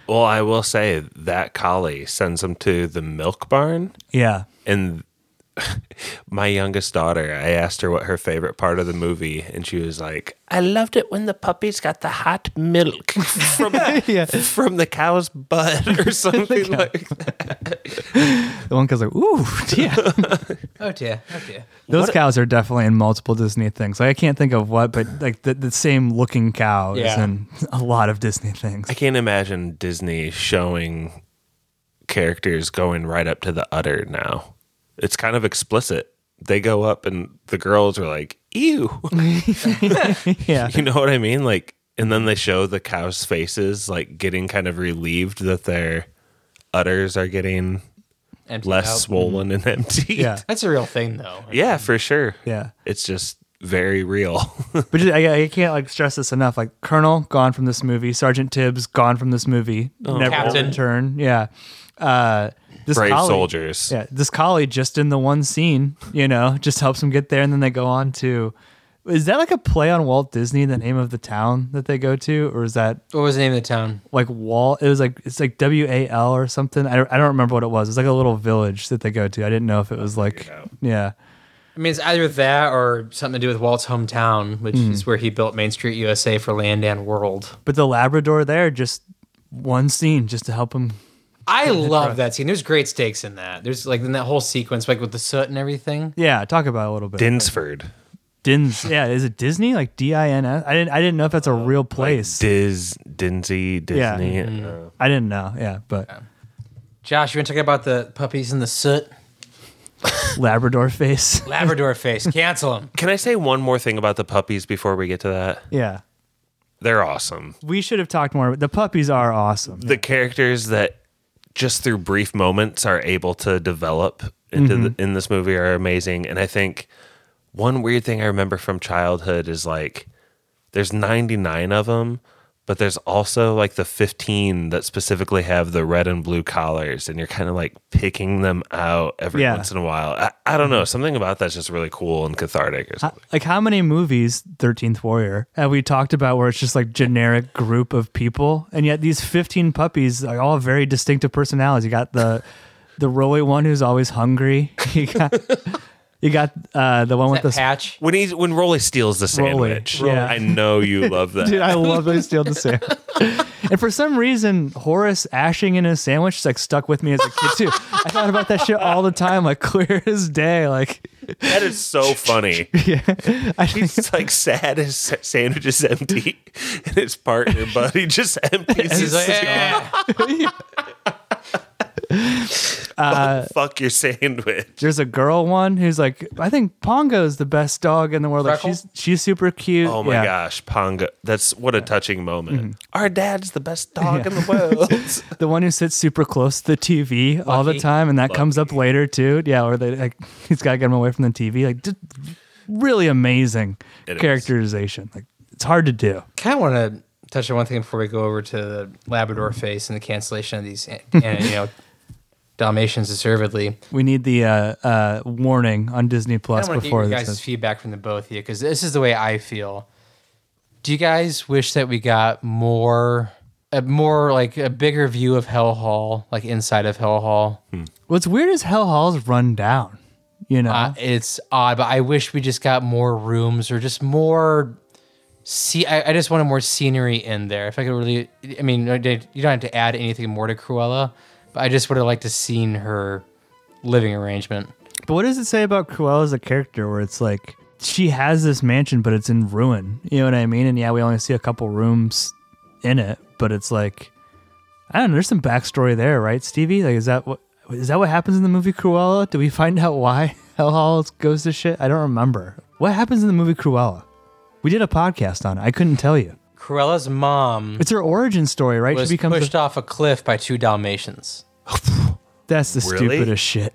[SPEAKER 6] Well, I will say that collie sends them to the milk barn,
[SPEAKER 4] yeah
[SPEAKER 6] and my youngest daughter, I asked her what her favorite part of the movie, and she was like, "I loved it when the puppies got the hot milk from from the cow's butt or something like that."
[SPEAKER 4] the one guy's like ooh yeah
[SPEAKER 3] oh dear oh dear
[SPEAKER 4] those cows are definitely in multiple disney things like i can't think of what but like the, the same looking cow is
[SPEAKER 3] Yeah.
[SPEAKER 4] in a lot of disney things
[SPEAKER 6] I can't imagine Disney showing characters going right up to the udder now. It's kind of explicit. They go up, and the girls are like, "Ew."
[SPEAKER 4] yeah
[SPEAKER 6] You know what I mean? Like, and then they show the cows' faces, like getting kind of relieved that their udders are getting
[SPEAKER 3] Emptied
[SPEAKER 6] less
[SPEAKER 3] out.
[SPEAKER 6] swollen and empty.
[SPEAKER 4] Mm-hmm. yeah
[SPEAKER 3] that's a real thing though
[SPEAKER 6] yeah, for sure.
[SPEAKER 4] yeah
[SPEAKER 6] It's just very real.
[SPEAKER 4] But just, I, I can't like stress this enough. Like Colonel gone from this movie, Sergeant Tibbs gone from this movie, never
[SPEAKER 3] Captain.
[SPEAKER 4] return. Yeah, uh, this
[SPEAKER 6] Brave
[SPEAKER 4] collie-
[SPEAKER 6] soldiers.
[SPEAKER 4] Yeah, this collie just in the one scene, you know, just helps them get there, and then they go on to. Is that like a play on Walt Disney, the name of the town that they go to, or is that
[SPEAKER 3] what was the name of the town
[SPEAKER 4] like Walt? It was like it's like W A L or something. I don't, I don't remember what it was. It's like a little village that they go to. I didn't know if it was like yeah,
[SPEAKER 3] I mean, it's either that or something to do with Walt's hometown, which is where he built Main Street USA for Land and World.
[SPEAKER 4] but the Labrador there just one scene just to help him
[SPEAKER 3] I love that scene. There's great stakes in that. There's like in that whole sequence, like with the soot and everything.
[SPEAKER 4] Yeah, talk about it a little bit.
[SPEAKER 6] Dinsford.
[SPEAKER 4] Dins. Yeah, is it Disney? Like D I N S? I didn't. I didn't know if that's a real place.
[SPEAKER 6] Diz, Dinsy,
[SPEAKER 4] Yeah.
[SPEAKER 6] Disney. Uh,
[SPEAKER 4] I didn't know. Yeah, but
[SPEAKER 3] Josh, you want to talk about the puppies in the soot?
[SPEAKER 4] Labrador face.
[SPEAKER 3] Labrador face, cancel him.
[SPEAKER 6] Can I say one more thing about the puppies before we get to that?
[SPEAKER 4] Yeah,
[SPEAKER 6] They're awesome.
[SPEAKER 4] we should have talked more. The puppies are awesome.
[SPEAKER 6] the characters that just through brief moments are able to develop into the, in this movie are amazing and i think one weird thing i remember from childhood is like there's 99 of them but there's also like the 15 that specifically have the red and blue collars and you're kind of like picking them out every
[SPEAKER 4] Yeah.
[SPEAKER 6] once in a while I, I don't know something about that's just really cool and cathartic or something
[SPEAKER 4] Like how many movies, Thirteenth Warrior, have we talked about where it's just like generic group of people, and yet these fifteen puppies are all very distinctive personalities. You got the the roly one who's always hungry. You got you got uh, the one with
[SPEAKER 3] That
[SPEAKER 4] the
[SPEAKER 3] patch.
[SPEAKER 6] when he's when Rolly steals the
[SPEAKER 4] Rolly,
[SPEAKER 6] sandwich
[SPEAKER 4] yeah.
[SPEAKER 6] i know you love that
[SPEAKER 4] Dude, I love that he steal the sandwich. and for some reason, Horace ashing in his sandwich is like stuck with me as a kid too. I thought about that shit all the time, like clear as day. Like,
[SPEAKER 6] that is so funny
[SPEAKER 4] I think
[SPEAKER 6] It's like sad his sa- sandwich is empty, and his partner buddy just empties
[SPEAKER 3] He's
[SPEAKER 6] his.
[SPEAKER 3] like, "Eh."
[SPEAKER 4] uh,
[SPEAKER 6] Fuck your sandwich.
[SPEAKER 4] there's a girl one who's like, I think Pongo's the best dog in the world. Like,
[SPEAKER 3] Freckle?
[SPEAKER 4] she's she's super cute.
[SPEAKER 6] Oh my
[SPEAKER 4] Yeah. Mm.
[SPEAKER 6] gosh, Pongo! That's what a touching moment. Our dad's the best dog in the world.
[SPEAKER 4] The one who sits super close to the TV all the
[SPEAKER 3] Lucky.
[SPEAKER 4] time, and that comes up later too. Yeah, or they like, he's got to get him away from the TV. Like, just really amazing
[SPEAKER 6] It is.
[SPEAKER 4] characterization. Like, it's hard to do.
[SPEAKER 3] kind of want to touch on one thing before we go over to the Labrador face and the cancellation of these, and, you know, Dalmatians deservedly.
[SPEAKER 4] We need the uh, uh, warning on Disney
[SPEAKER 3] I
[SPEAKER 4] Plus
[SPEAKER 3] want to get your
[SPEAKER 4] before
[SPEAKER 3] guys'
[SPEAKER 4] this. is-
[SPEAKER 3] feedback from the both of you because this is the way I feel. Do you guys wish that we got more, a more like a bigger view of Hell Hall, like inside of Hell Hall?
[SPEAKER 4] What's weird is Hell Hall's run down. You know,
[SPEAKER 3] Uh, it's odd, but I wish we just got more rooms or just more. See, I, I just wanted more scenery in there. If I could really, I mean, I did- you don't have to add anything more to Cruella, but I just would have liked to seen her living arrangement.
[SPEAKER 4] but what does it say about Cruella as a character? Where it's like she has this mansion, but it's in ruin. You know what I mean? And yeah, we only see a couple rooms in it, but it's like I don't know. There's some backstory there, right, Stevie? Like, is that what is that what happens in the movie Cruella? Do we find out why Hell Hall goes to shit? I don't remember. What happens in the movie Cruella? We did a podcast on it. I couldn't tell you.
[SPEAKER 3] Cruella's mom
[SPEAKER 4] It's her origin story, right?
[SPEAKER 3] was
[SPEAKER 4] she becomes a-
[SPEAKER 3] Mm-hmm. pushed off a cliff by two Dalmatians.
[SPEAKER 4] That's the
[SPEAKER 6] Really?
[SPEAKER 4] stupidest shit.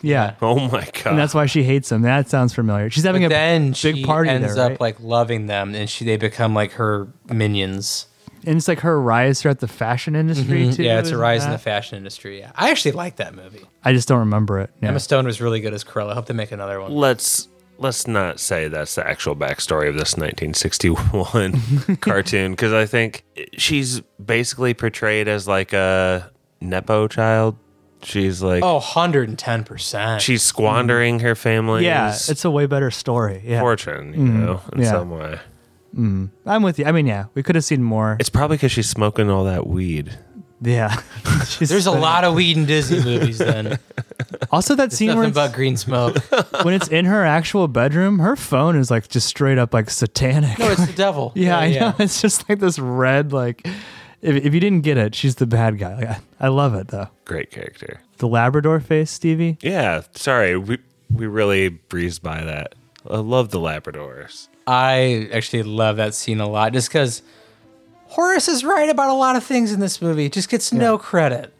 [SPEAKER 4] yeah.
[SPEAKER 6] Oh my god!
[SPEAKER 4] And that's why she hates him. That sounds familiar. She's having
[SPEAKER 3] But
[SPEAKER 4] a
[SPEAKER 3] then
[SPEAKER 4] big
[SPEAKER 3] she
[SPEAKER 4] party
[SPEAKER 3] ends
[SPEAKER 4] there,
[SPEAKER 3] up
[SPEAKER 4] right?
[SPEAKER 3] like loving them, and she they become like her minions. Mm,
[SPEAKER 4] and it's like her rise throughout the fashion industry too.
[SPEAKER 3] Mm-hmm. yeah, it's a
[SPEAKER 4] isn't
[SPEAKER 3] rise in
[SPEAKER 4] that?
[SPEAKER 3] the fashion industry. Yeah, I actually like that movie.
[SPEAKER 4] I just don't remember it. Yeah.
[SPEAKER 3] Emma Stone was really good as Cruella. I hope they make another one.
[SPEAKER 6] let's let's not say that's the actual backstory of this 1961 cartoon because I think she's basically portrayed as like a nepo child. She's like
[SPEAKER 3] Oh, 110%.
[SPEAKER 6] she's squandering her family's
[SPEAKER 4] yeah, it's a way better story. Yeah, Mm-hmm.
[SPEAKER 6] fortune, you know, in
[SPEAKER 4] yeah.
[SPEAKER 6] some way.
[SPEAKER 4] I'm with you. I mean, yeah, we could have seen more.
[SPEAKER 6] It's probably because she's smoking all that weed.
[SPEAKER 4] yeah, She's
[SPEAKER 3] There's a
[SPEAKER 4] spinning.
[SPEAKER 3] lot of weed in Disney movies then.
[SPEAKER 4] Also, that scene
[SPEAKER 3] Nothing
[SPEAKER 4] where it's,
[SPEAKER 3] but green smoke.
[SPEAKER 4] when it's in her actual bedroom, her phone is like just straight up like satanic.
[SPEAKER 3] No, it's the devil.
[SPEAKER 4] Yeah, I know. It's just like this red, like, if, if you didn't get it, she's the bad guy. Like, I, I love it, though.
[SPEAKER 6] Great character.
[SPEAKER 4] The Labrador face, Stevie.
[SPEAKER 6] Yeah, sorry, we we really breezed by that. I love the Labradors.
[SPEAKER 3] I actually love that scene a lot just because Horace is right about a lot of things in this movie. Just gets no credit.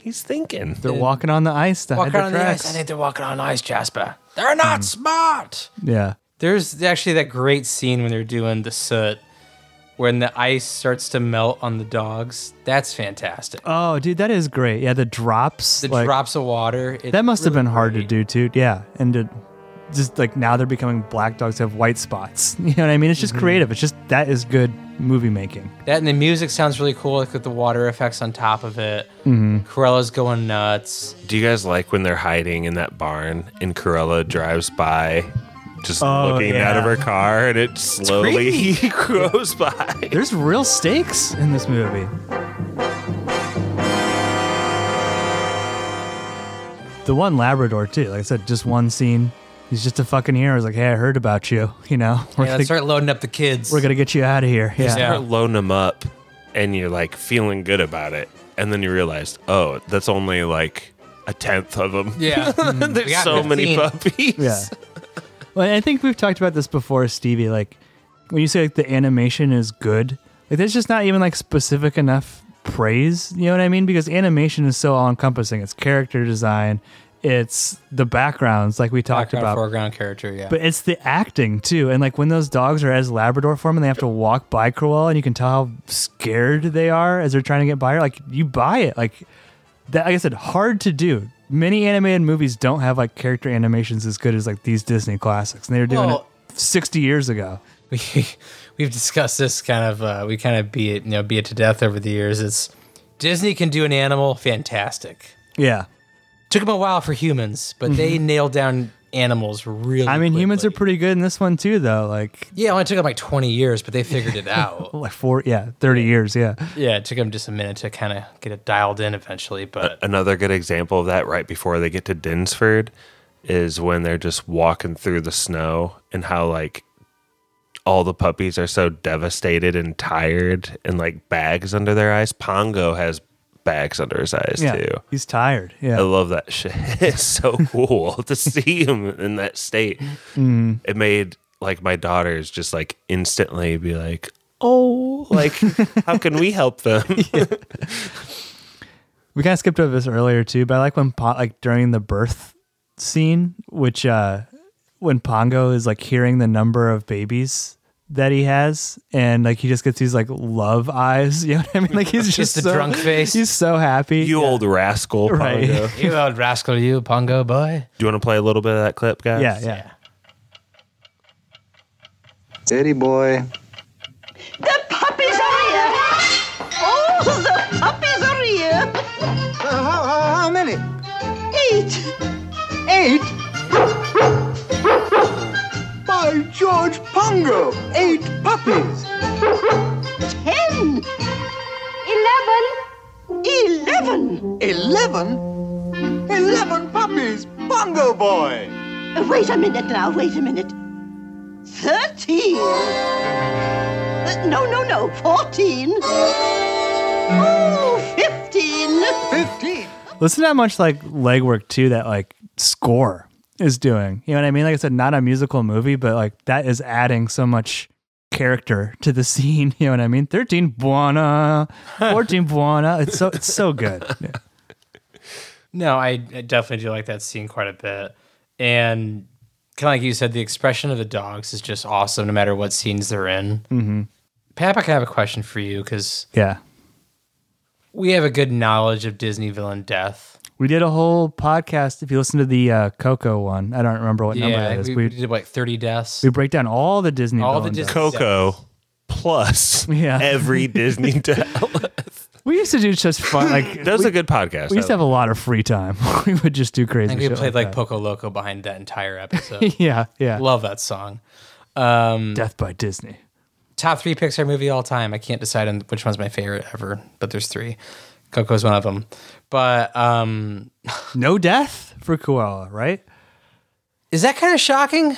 [SPEAKER 6] He's thinking.
[SPEAKER 4] They're walking on the ice to
[SPEAKER 3] Walking
[SPEAKER 4] hide
[SPEAKER 3] on
[SPEAKER 4] the
[SPEAKER 3] the ice.
[SPEAKER 4] tracks.
[SPEAKER 3] I think they're walking on ice, Jasper. They're not
[SPEAKER 4] Mm.
[SPEAKER 3] smart.
[SPEAKER 4] yeah.
[SPEAKER 3] There's actually that great scene when they're doing the soot when the ice starts to melt on the dogs. That's fantastic.
[SPEAKER 4] Oh, dude, that is great. Yeah, the drops.
[SPEAKER 3] the
[SPEAKER 4] like,
[SPEAKER 3] drops of water. it's
[SPEAKER 4] That must have
[SPEAKER 3] really
[SPEAKER 4] been hard
[SPEAKER 3] great.
[SPEAKER 4] to do, too. Yeah. And to just like now they're becoming black dogs that have white spots. You know what I mean? It's
[SPEAKER 3] Mm-hmm.
[SPEAKER 4] just creative. It's just that is good movie making.
[SPEAKER 3] That and the music sounds really cool, like with the water effects on top of it. Mm-hmm. Cruella's going nuts.
[SPEAKER 6] Do you guys like when they're hiding in that barn and Corella drives by just
[SPEAKER 4] Oh,
[SPEAKER 6] looking
[SPEAKER 4] yeah.
[SPEAKER 6] out of her car and it slowly grows by?
[SPEAKER 4] There's real stakes in this movie. The one Labrador too, like I said, just one scene. He's just a fucking hero. He's like, "Hey, I heard about you. You know, we're
[SPEAKER 3] Yeah,
[SPEAKER 4] gonna,
[SPEAKER 3] let's start loading up the kids.
[SPEAKER 4] we're gonna get you out of here." Yeah.
[SPEAKER 3] Yeah.
[SPEAKER 6] Start loading them up and you're like feeling good about it. And then you realize, oh, that's only like a tenth of them.
[SPEAKER 3] yeah. We
[SPEAKER 6] There's
[SPEAKER 3] got
[SPEAKER 6] so many
[SPEAKER 3] 15.
[SPEAKER 6] puppies.
[SPEAKER 4] Mm-hmm. Yeah. well, I think we've talked about this before, Stevie. Like when you say like the animation is good, like that's just not even like specific enough praise. You know what I mean? Because animation is so all encompassing. It's character design. It's the backgrounds, like we talked
[SPEAKER 3] Background,
[SPEAKER 4] about.
[SPEAKER 3] foreground character, yeah.
[SPEAKER 4] But it's the acting too, and like when those dogs are as Labrador form and they have to walk by Cruella, and you can tell how scared they are as they're trying to get by her. Like you buy it, like that. Like I said, hard to do. Many animated movies don't have like character animations as good as like these Disney classics, and they were doing
[SPEAKER 3] Well-
[SPEAKER 4] it sixty years ago.
[SPEAKER 3] we, we've discussed this kind of uh, we kind of beat it, you know, beat it to death over the years. It's Disney can do an animal, fantastic.
[SPEAKER 4] Yeah,
[SPEAKER 3] Took them a while for humans, but they nailed down animals really.
[SPEAKER 4] Mm-hmm. I mean humans are
[SPEAKER 3] quickly.
[SPEAKER 4] pretty good in this one too, though. Like
[SPEAKER 3] Yeah, it only took them like twenty years, but they figured it out.
[SPEAKER 4] like four, yeah, thirty years, yeah.
[SPEAKER 3] yeah, it took them just a minute to kind of get it dialed in eventually, but
[SPEAKER 6] Another good example of that right before they get to Dinsford is when they're just walking through the snow and how like all the puppies are so devastated and tired and like bags under their eyes. Pongo has bags under his eyes
[SPEAKER 4] Yeah,
[SPEAKER 6] too.
[SPEAKER 4] he's tired. Yeah,
[SPEAKER 6] I love that shit. It's so cool to see him in that state.
[SPEAKER 4] Mm-hmm.
[SPEAKER 6] It made like my daughters just like instantly be like, "Oh, like how can we help them?"
[SPEAKER 4] we kind of skipped over this earlier too, but I like when po- like during the birth scene, which uh when Pongo is like hearing the number of babies that he has, and like he just gets these like love eyes. You know what I mean? Like he's just
[SPEAKER 3] the
[SPEAKER 4] so-
[SPEAKER 3] drunk face.
[SPEAKER 4] He's so happy.
[SPEAKER 6] You old rascal,
[SPEAKER 4] Right.
[SPEAKER 6] Pongo.
[SPEAKER 3] you old rascal, you Pongo boy.
[SPEAKER 6] Do you want to play a little bit of that clip, guys?
[SPEAKER 4] yeah, yeah.
[SPEAKER 1] Steady boy.
[SPEAKER 5] The puppies are here! Oh, the puppies are here!
[SPEAKER 1] Uh, how, how, how many?
[SPEAKER 5] Hey, Eight! Eight!
[SPEAKER 1] By George Pongo! Eight puppies!
[SPEAKER 5] Ten! Eleven! Eleven!
[SPEAKER 1] Eleven? Eleven puppies! Pongo boy!
[SPEAKER 5] Uh, Wait a minute now, wait a minute. Thirteen! Uh, no, no, no, fourteen! Oh, fifteen!
[SPEAKER 1] Fifteen!
[SPEAKER 4] Listen to how much like legwork too that like score is doing. You know what I mean? Like I said, not a musical movie, but like that is adding so much character to the scene. You know what I mean? Thirteen buona, fourteen buona. It's so it's so good. Yeah.
[SPEAKER 3] No, I, I definitely do like that scene quite a bit. And kind of like you said, the expression of the dogs is just awesome no matter what scenes they're in. Mm-hmm. Pap, I kind of have a question for you because
[SPEAKER 4] yeah.
[SPEAKER 3] we have a good knowledge of Disney villain death.
[SPEAKER 4] We did a whole podcast. If you listen to the uh, Coco one, I don't remember what number that is.
[SPEAKER 3] we,
[SPEAKER 4] We, we,
[SPEAKER 3] did like 30 deaths.
[SPEAKER 4] break down all the Disney.
[SPEAKER 3] All the
[SPEAKER 4] villain
[SPEAKER 3] Dis-
[SPEAKER 4] deaths.
[SPEAKER 6] Coco plus
[SPEAKER 4] Yeah.
[SPEAKER 6] every Disney death.
[SPEAKER 4] We used to do just fun. Like
[SPEAKER 6] That was a good podcast.
[SPEAKER 4] we used to have a lot of free time. we would just do
[SPEAKER 3] I
[SPEAKER 4] crazy.
[SPEAKER 3] think we
[SPEAKER 4] shit
[SPEAKER 3] played like
[SPEAKER 4] like,
[SPEAKER 3] Poco Loco behind that entire
[SPEAKER 4] that.
[SPEAKER 3] episode.
[SPEAKER 4] yeah, yeah.
[SPEAKER 3] Love that song. Um,
[SPEAKER 4] Death by Disney.
[SPEAKER 3] top three Pixar movie all time. I can't decide on which one's my favorite ever, but there's three. Coco's one of them. But um,
[SPEAKER 4] No death for Koala, right?
[SPEAKER 3] is that kind of shocking?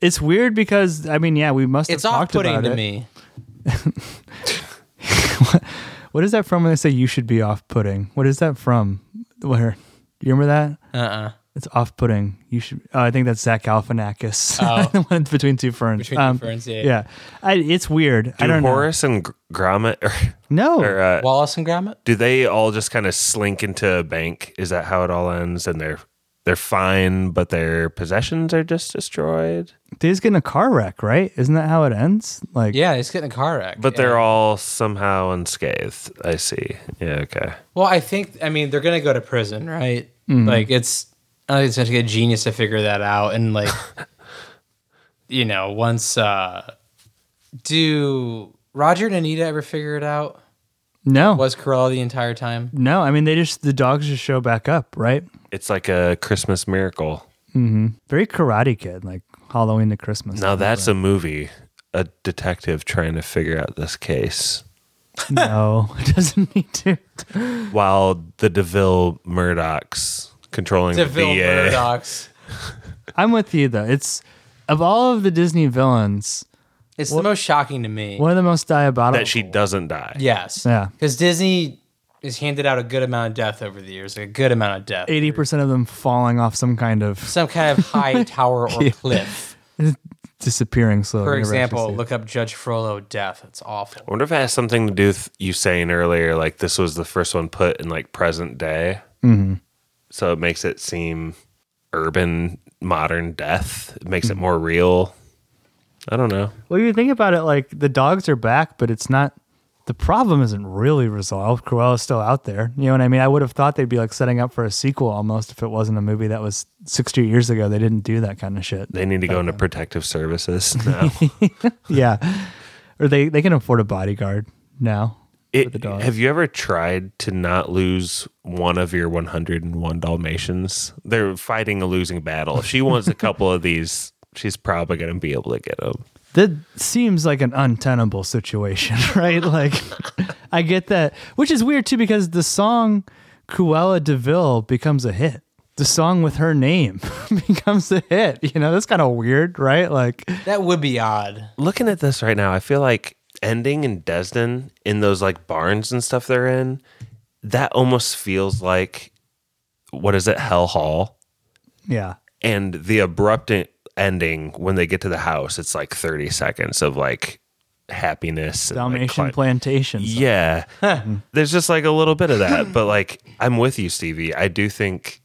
[SPEAKER 4] It's weird because I mean, yeah, we must. Have
[SPEAKER 3] It's
[SPEAKER 4] talked
[SPEAKER 3] off putting
[SPEAKER 4] about
[SPEAKER 3] to
[SPEAKER 4] it.
[SPEAKER 3] me.
[SPEAKER 4] What is that from? When they say you should be off-putting, what is that from? Where you remember that?
[SPEAKER 3] Uh uh
[SPEAKER 4] It's off-putting. You should. Oh, I think that's Zach Galifianakis. the one between two ferns.
[SPEAKER 3] Oh.
[SPEAKER 4] Um,
[SPEAKER 3] Between Two Ferns, yeah.
[SPEAKER 4] Yeah, I, it's weird. I
[SPEAKER 6] Do
[SPEAKER 4] don't
[SPEAKER 6] Horace and Gr- Gromit or,
[SPEAKER 4] know. No,
[SPEAKER 6] or, uh,
[SPEAKER 3] Wallace and Gromit?
[SPEAKER 6] do they all just kind of slink into a bank? Is that how it all ends? And they're they're fine, but their possessions are just destroyed.
[SPEAKER 4] they just get in a car wreck, right? Isn't that how it ends? Like,
[SPEAKER 3] Yeah, he's getting a car wreck.
[SPEAKER 6] But
[SPEAKER 3] yeah.
[SPEAKER 6] they're all somehow unscathed. I see. Yeah. Okay.
[SPEAKER 3] Well, I think, I mean, they're going to go to prison, right?
[SPEAKER 4] Mm-hmm.
[SPEAKER 3] Like, it's, I think it's such a genius to figure that out. And, like, you know, once, uh, do Roger and Anita ever figure it out?
[SPEAKER 4] no,
[SPEAKER 3] Was Cruella the entire time?
[SPEAKER 4] no. I mean, they just the dogs just show back up, right?
[SPEAKER 6] It's like a Christmas miracle.
[SPEAKER 4] Very Karate Kid, like Halloween to Christmas.
[SPEAKER 6] Now that's a movie. A detective trying to figure out this case.
[SPEAKER 4] no, it doesn't need to.
[SPEAKER 6] While the Deville Murdochs controlling
[SPEAKER 3] DeVille
[SPEAKER 6] the VA.
[SPEAKER 3] Murdoch's.
[SPEAKER 4] I'm with you though. It's of all of the Disney villains,
[SPEAKER 3] It's the most shocking to me.
[SPEAKER 4] one of the most diabolical.
[SPEAKER 6] that she doesn't die.
[SPEAKER 3] Yes.
[SPEAKER 4] Yeah.
[SPEAKER 3] Because Disney has handed out a good amount of death over the years, like a good amount of death.
[SPEAKER 4] Eighty percent of them falling off some kind of
[SPEAKER 3] Some kind of high tower or cliff.
[SPEAKER 4] disappearing slowly.
[SPEAKER 3] For
[SPEAKER 4] never actually
[SPEAKER 3] example,
[SPEAKER 4] see it.
[SPEAKER 3] look up Judge Frollo death. It's awful.
[SPEAKER 6] I wonder if it has something to do with you saying earlier, like this was the first one put in like present day. Mm-hmm. So it makes it seem urban, modern death. It makes it more real. I don't know.
[SPEAKER 4] Well, you think about it, like the dogs are back, but it's not. The problem isn't really resolved. Cruella's still out there. You know what I mean? I would have thought they'd be like setting up for a sequel almost if it wasn't a movie that was 60 years ago. They didn't do that kind of shit.
[SPEAKER 6] They need to go into protective services now.
[SPEAKER 4] yeah. Or they, they can afford a bodyguard now.
[SPEAKER 6] It-
[SPEAKER 4] the dog.
[SPEAKER 6] have you ever tried to not lose one of your 101 Dalmatians? They're fighting a losing battle. If she wants a couple of these, she's probably going to be able to get them.
[SPEAKER 4] That seems like an untenable situation, right? Like, I get that, which is weird too, because the song Cruella DeVille becomes a hit. The song with her name becomes a hit. You know, that's kind of weird, right? Like,
[SPEAKER 3] That would be odd.
[SPEAKER 6] looking at this right now, I feel like ending in Desden in those like barns and stuff they're in, that almost feels like what is it, Hell Hall?
[SPEAKER 4] yeah.
[SPEAKER 6] And the abrupt e- ending when they get to the house, it's like 30 seconds of like happiness. and, like,
[SPEAKER 4] Dalmatian
[SPEAKER 6] cli-
[SPEAKER 4] plantation. song.
[SPEAKER 6] Yeah. There's just like a little bit of that. But like, I'm with you, Stevie. I do think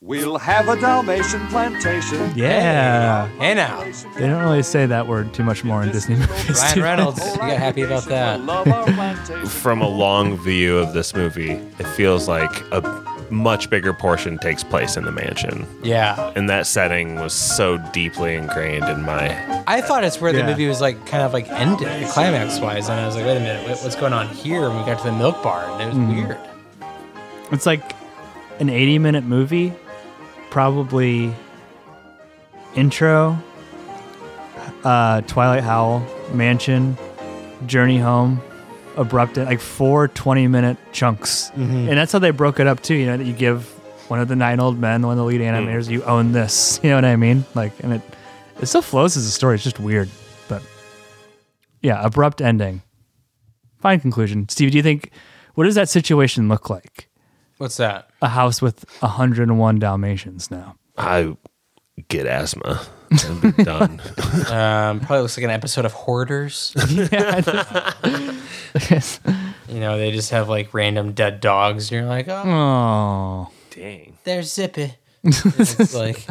[SPEAKER 2] We'll have a Dalmatian plantation.
[SPEAKER 4] Yeah.
[SPEAKER 3] Hey now,
[SPEAKER 4] They don't really say that word too much more in Disney movies.
[SPEAKER 3] Ryan
[SPEAKER 4] do they?
[SPEAKER 3] Reynolds, you got happy about that.
[SPEAKER 2] Love our plantation.
[SPEAKER 6] from a long view of this movie, it feels like a much bigger portion takes place in the mansion.
[SPEAKER 3] Yeah.
[SPEAKER 6] and that setting was so deeply ingrained in my
[SPEAKER 3] I thought it's where the
[SPEAKER 4] Yeah.
[SPEAKER 3] movie was like kind of like ended, climax wise. And I was like,
[SPEAKER 4] Mm-hmm.
[SPEAKER 3] wait a minute, what- what's going on here? And we got to the milk bar and it was weird.
[SPEAKER 4] It's like an 80 minute movie, probably intro, uh, Twilight Howl, Mansion, Journey Home, Abrupt, like four 20 minute chunks. And that's how they broke it up, too. You know, that you give one of the nine old men, one of the lead animators, you own this. You know what I mean? Like, and it, it still flows as a story. It's just weird. But yeah, abrupt ending. Fine conclusion. Steve, do you think, what does that situation look like?
[SPEAKER 3] What's that?
[SPEAKER 4] a house with 101 Dalmatians now.
[SPEAKER 6] I get asthma. and be done.
[SPEAKER 3] Um, probably looks like an episode of Hoarders.
[SPEAKER 4] Yes.
[SPEAKER 3] you know, they just have like random dead dogs, and you're like, oh,
[SPEAKER 4] Oh,
[SPEAKER 6] Dang.
[SPEAKER 3] there's Zippy. And it's like,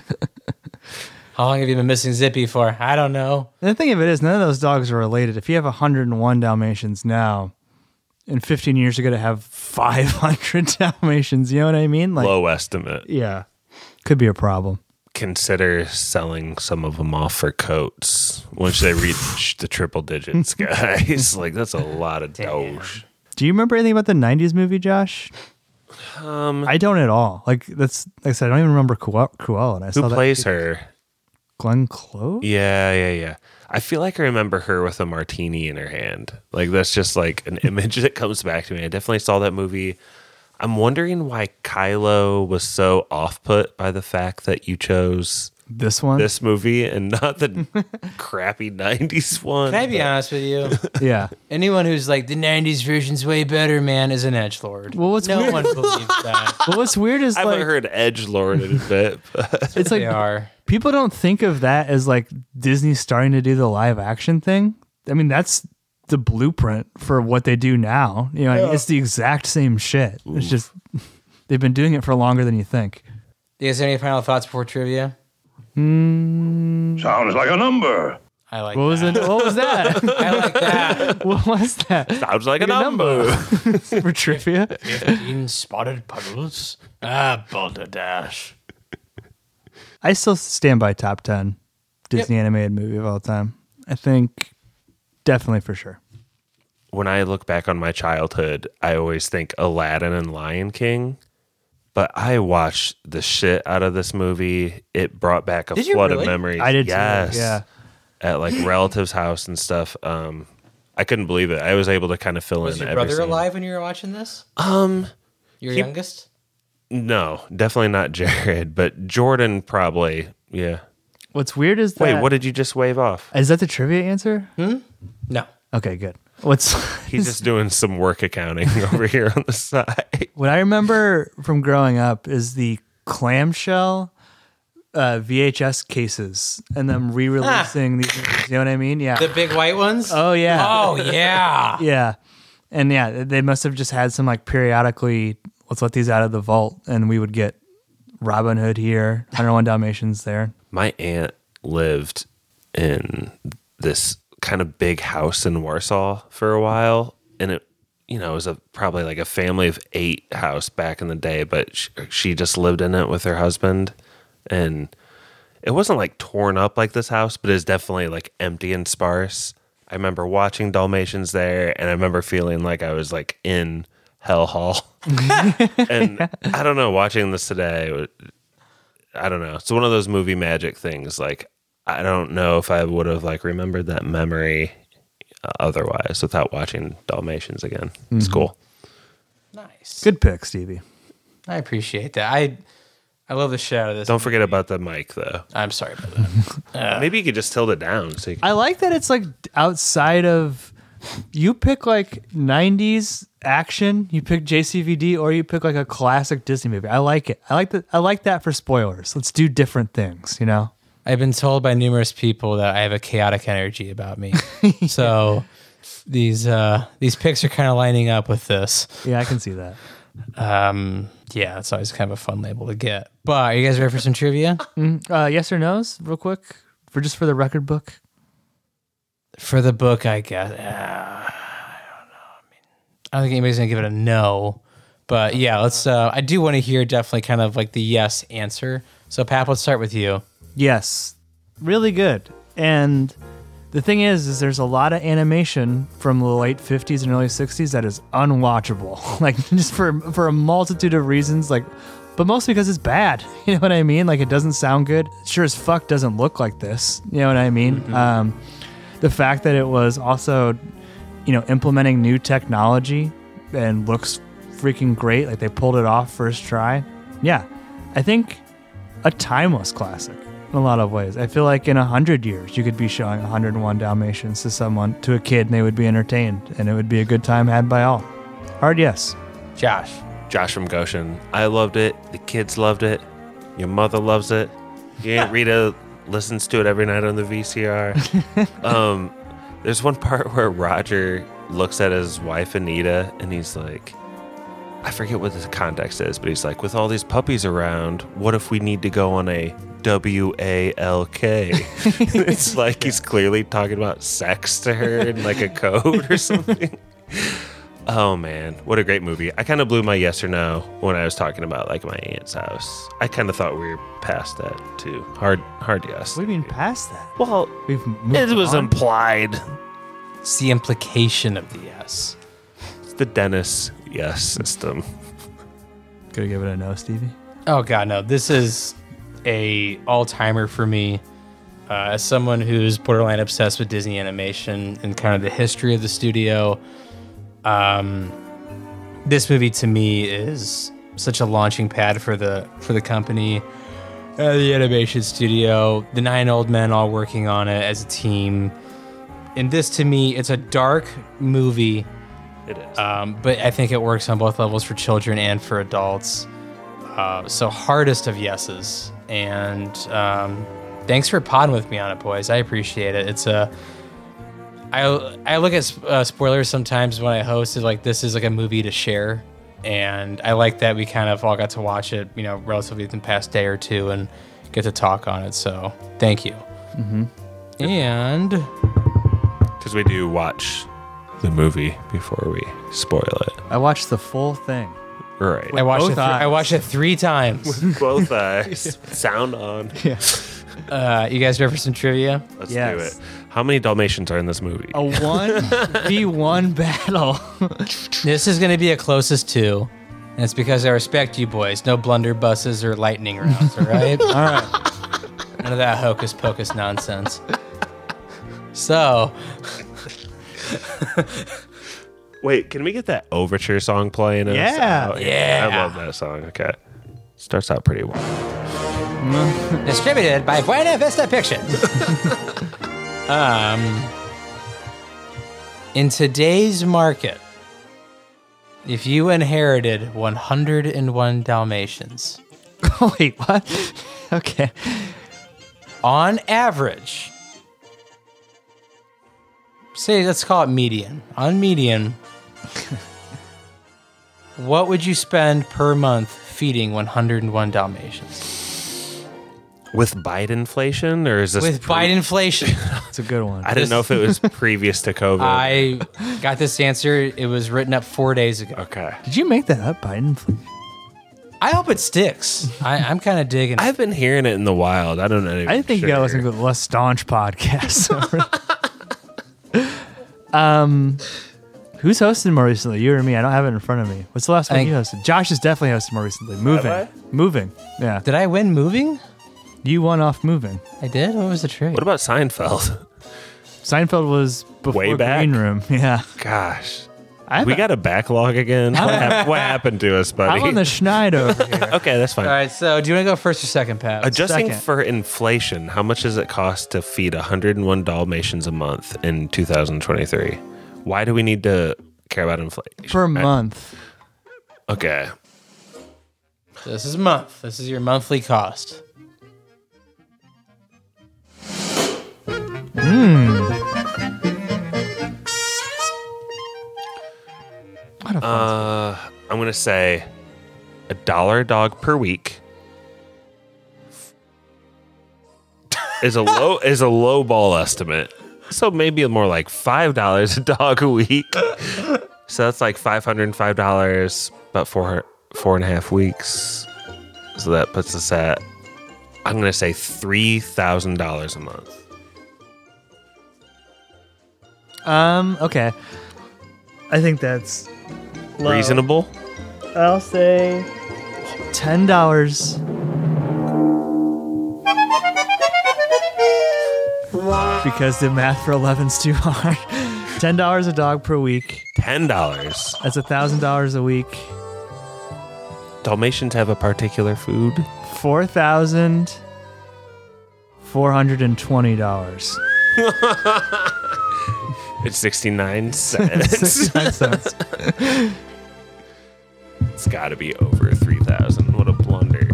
[SPEAKER 3] how long have you been missing Zippy for? I don't know.
[SPEAKER 4] the thing of it is, none of those dogs are related. If you have 101 Dalmatians now, and 15 years ago to have 500 Dalmatians, you know what I mean? Like,
[SPEAKER 6] Low estimate.
[SPEAKER 4] yeah, could be a problem.
[SPEAKER 6] Consider selling some of them off for coats once they reach the triple digits, guys. like that's a lot of doge.
[SPEAKER 4] Do you remember anything about the 90s movie, Josh? Um, I don't at all. Like that's like I said, I don't even remember Cruella. Cruella and I
[SPEAKER 6] Who
[SPEAKER 4] saw
[SPEAKER 6] plays
[SPEAKER 4] that,
[SPEAKER 6] her?
[SPEAKER 4] Glenn Close.
[SPEAKER 6] Yeah, yeah, yeah. I feel like I remember her with a martini in her hand. Like that's just like an image that comes back to me. I definitely saw that movie. I'm wondering why Kylo was so off put by the fact that you chose
[SPEAKER 4] This one.
[SPEAKER 6] this movie and not the crappy '90s one.
[SPEAKER 3] Can I be honest with you?
[SPEAKER 4] Yeah.
[SPEAKER 3] Anyone who's like the '90s version's way better, man, is an edge lord.
[SPEAKER 4] Well, what's
[SPEAKER 3] no
[SPEAKER 4] weird-
[SPEAKER 3] one believes that
[SPEAKER 4] well, what's weird is
[SPEAKER 6] I haven't
[SPEAKER 4] like
[SPEAKER 6] heard Edge Lord in a bit. But
[SPEAKER 4] it's
[SPEAKER 3] they
[SPEAKER 4] like
[SPEAKER 3] are.
[SPEAKER 4] people don't think of that as like Disney starting to do the live action thing. I mean, that's the blueprint for what they do now. You know, what I mean? it's the exact same shit. It's just they've been doing it for longer than you think.
[SPEAKER 3] Do you guys have any final thoughts before trivia?
[SPEAKER 9] Sounds like a number.
[SPEAKER 3] I like.
[SPEAKER 4] What was
[SPEAKER 3] that.
[SPEAKER 4] it? What was that?
[SPEAKER 3] I like that.
[SPEAKER 4] what was that
[SPEAKER 6] sounds like
[SPEAKER 4] Like
[SPEAKER 6] a
[SPEAKER 4] a number.
[SPEAKER 6] number.
[SPEAKER 4] for trivia?
[SPEAKER 3] Fifteen spotted puddles. Ah, balderdash.
[SPEAKER 4] I still stand by top ten Disney animated movie of all time. I think definitely for sure.
[SPEAKER 6] when I look back on my childhood, I always think Aladdin and Lion King. But I watched the shit out of this movie. It brought back a
[SPEAKER 3] Did you
[SPEAKER 6] flood
[SPEAKER 3] really?
[SPEAKER 6] of memories.
[SPEAKER 4] I did too,
[SPEAKER 6] Yes.
[SPEAKER 4] yeah.
[SPEAKER 6] At like relatives' house and stuff. Um, I couldn't believe it. I was able to kind of fill
[SPEAKER 3] Was
[SPEAKER 6] in.
[SPEAKER 3] your
[SPEAKER 6] every
[SPEAKER 3] brother
[SPEAKER 6] scene.
[SPEAKER 3] alive when you were watching this? Um, your youngest.
[SPEAKER 6] No, definitely not Jared, but Jordan probably. Yeah.
[SPEAKER 4] What's weird is that Hmm?
[SPEAKER 6] Wait, what did you just wave off?
[SPEAKER 4] is that the trivia answer?
[SPEAKER 3] No.
[SPEAKER 4] Okay, good. What's
[SPEAKER 6] He's just doing some work accounting over here on the side.
[SPEAKER 4] What I remember from growing up is the clamshell uh, VHS cases and them re-releasing these. Movies, you know what I mean? Yeah.
[SPEAKER 3] Ah. The big white ones.
[SPEAKER 4] oh yeah.
[SPEAKER 3] Oh yeah.
[SPEAKER 4] Yeah. And yeah, they must have just had some like periodically. Let's let these out of the vault, and we would get Robin Hood here, 101 Dalmatians there.
[SPEAKER 6] my aunt lived in this kind of big house in Warsaw for a while, and it, you know, it was a probably like a family of eight house back in the day, but she, she just lived in it with her husband, and it wasn't like torn up like this house, but it's definitely like empty and sparse. I remember watching Dalmatians there, and I remember feeling like I was like in Hell Hall. and I don't know, watching this today, I don't know. It's one of those movie magic things. Like I don't know if I would have like remembered that memory uh, otherwise without watching Dalmatians again. It's cool.
[SPEAKER 3] Nice.
[SPEAKER 4] Good pick, Stevie.
[SPEAKER 3] I appreciate that. I I love the shit out of this.
[SPEAKER 6] Don't forget about the mic though.
[SPEAKER 3] I'm sorry about that.
[SPEAKER 6] Maybe you could just tilt it down so you can.
[SPEAKER 4] I like that it's like outside of you pick like 90s action, you pick JCVD or you pick like a classic Disney movie. I like it. I like that I like that for spoilers. Let's do different things, you know.
[SPEAKER 3] I've been told by numerous people that I have a chaotic energy about me. So these uh, these picks are kind of lining up with this.
[SPEAKER 4] Yeah, I can see that.
[SPEAKER 3] Um, yeah, it's always kind of a fun label to get. But are you guys ready for some trivia?
[SPEAKER 4] Uh, yes or no's real quick for just for the record book.
[SPEAKER 3] for the book, I guess. Uh, I don't know. I mean, I don't think anybody's gonna give it a no. But yeah, let's. Uh, I do want to hear definitely kind of like the yes answer. So Pap, let's start with you.
[SPEAKER 4] Yes. Really good. And The thing is, is there's a lot of animation from the late 50s and early 60s that is unwatchable, like just for for a multitude of reasons, like, but mostly because it's bad. You know what I mean? Like it doesn't sound good. Sure as fuck doesn't look like this. You know what I mean? Um, the fact that it was also, you know, implementing new technology and looks freaking great, like they pulled it off first try. Yeah, I think a timeless classic in a lot of ways. I feel like in a hundred years, you could be showing 101 Dalmatians to someone, to a kid, and they would be entertained, and it would be a good time had by all. Hard yes.
[SPEAKER 3] Josh.
[SPEAKER 6] Josh from Goshen. I loved it. The kids loved it. Your mother loves it. Your Aunt Rita listens to it every night on the VCR. um, there's one part where Roger looks at his wife Anita and he's like, I forget what the context is, but he's like, with all these puppies around, what if we need to go on a W A L K? It's like he's clearly talking about sex to her in like a code or something. Oh man, what a great movie. I kind of blew my yes or no when I was talking about like my aunt's house. I kind of thought we were past that too. Hard hard yes.
[SPEAKER 4] What do you mean past that?
[SPEAKER 6] Well,
[SPEAKER 4] We've moved
[SPEAKER 6] it was
[SPEAKER 4] on.
[SPEAKER 6] implied.
[SPEAKER 3] It's the implication of the yes.
[SPEAKER 6] It's the Dennis yes system.
[SPEAKER 4] Could have given it a no, Stevie.
[SPEAKER 3] Oh god, no. This is a all timer for me. Uh, as someone who's borderline obsessed with Disney animation and kind of the history of the studio, um, this movie to me is such a launching pad for the for the company, uh, the animation studio, the nine old men all working on it as a team. And this to me, it's a dark movie
[SPEAKER 6] It is.
[SPEAKER 3] um, but I think it works on both levels for children and for adults. Uh, so hardest of yeses, and um, thanks for podding with me on it, boys. I appreciate it. It's a I I look at sp- uh, spoilers sometimes when I host. Is like this is like a movie to share, and I like that we kind of all got to watch it, you know, relatively within the past day or two, and get to talk on it. So thank you. And
[SPEAKER 6] Because we do watch the movie before we spoil it.
[SPEAKER 4] I watched the full thing.
[SPEAKER 6] Right.
[SPEAKER 3] I watched it.
[SPEAKER 4] both
[SPEAKER 3] thr- I
[SPEAKER 4] eyes.
[SPEAKER 3] watched it three times.
[SPEAKER 6] Both eyes. Sound on.
[SPEAKER 3] uh, you guys ready for some trivia?
[SPEAKER 6] Let's
[SPEAKER 4] Yes. Oh.
[SPEAKER 6] do it. How many Dalmatians are in this movie?
[SPEAKER 4] A one v one battle.
[SPEAKER 3] This is going to be a closest two, and it's because I respect you boys. No blunderbusses or lightning rounds, all right? all right. None of that hocus pocus nonsense. So,
[SPEAKER 6] Wait, can we get that overture song playing? us
[SPEAKER 4] Yeah.
[SPEAKER 6] out? I
[SPEAKER 3] Yeah.
[SPEAKER 6] love that song. Okay. Starts out pretty well.
[SPEAKER 3] distributed by Buena Vista Pictures. um, in today's market, if you inherited 101 Dalmatians,
[SPEAKER 4] Wait, what? Okay.
[SPEAKER 3] on average, say let's call it median. On median, what would you spend per month feeding 101 Dalmatians
[SPEAKER 6] With Biden inflation, or is this
[SPEAKER 3] with
[SPEAKER 6] pre-
[SPEAKER 3] Biden inflation?
[SPEAKER 4] That's a good one.
[SPEAKER 6] I didn't know if it was previous to COVID.
[SPEAKER 3] I got this answer. It was written up four days ago.
[SPEAKER 6] okay.
[SPEAKER 4] Did you make that up, Biden?
[SPEAKER 3] I hope it sticks. I, I'm kind of digging. it.
[SPEAKER 6] I've been hearing it in the wild. I don't know.
[SPEAKER 4] I didn't think
[SPEAKER 6] sure.
[SPEAKER 4] that was a good, less staunch podcast. um, who's hosted more recently? You or me? I don't have it in front of me. What's the last
[SPEAKER 3] I
[SPEAKER 4] one
[SPEAKER 3] think-
[SPEAKER 4] you hosted? Josh has definitely hosted more recently. Moving, moving. Yeah,
[SPEAKER 3] Did I win moving?
[SPEAKER 4] you won off moving.
[SPEAKER 3] I did. What was the trade?
[SPEAKER 6] What about Seinfeld?
[SPEAKER 4] Seinfeld was before
[SPEAKER 6] Way back.
[SPEAKER 4] Green Room. Yeah,
[SPEAKER 6] Gosh.
[SPEAKER 4] I'm,
[SPEAKER 6] We got a backlog again. What, hap- what happened to us, buddy?
[SPEAKER 4] I'm on the schneid over here.
[SPEAKER 6] okay, that's fine.
[SPEAKER 3] All right. So, do you want to go first or second, Pat?
[SPEAKER 6] Adjusting
[SPEAKER 4] Second.
[SPEAKER 6] for inflation, how much does it cost to feed 101 Dalmatians a month in 2023? Why do we need to care about inflation?
[SPEAKER 4] per month.
[SPEAKER 6] Okay.
[SPEAKER 3] This is month. This is your monthly cost.
[SPEAKER 6] Uh, I'm going to say a dollar a dog per week. Is a low is a low ball estimate. So maybe more like five dollars a dog a week. So that's like five hundred and five dollars, about four four and a half weeks. So that puts us at I'm gonna say three thousand dollars a month.
[SPEAKER 4] Um, okay. I think that's low.
[SPEAKER 6] Reasonable.
[SPEAKER 4] I'll say ten dollars. Because the math for 11's too hard. Ten dollars a dog per week.
[SPEAKER 6] Ten dollars.
[SPEAKER 4] That's a thousand dollars a week.
[SPEAKER 6] Dalmatians have a particular food.
[SPEAKER 4] Four thousand four hundred and twenty dollars.
[SPEAKER 6] It's sixty nine cents. it's got to be over three thousand. What a blunder.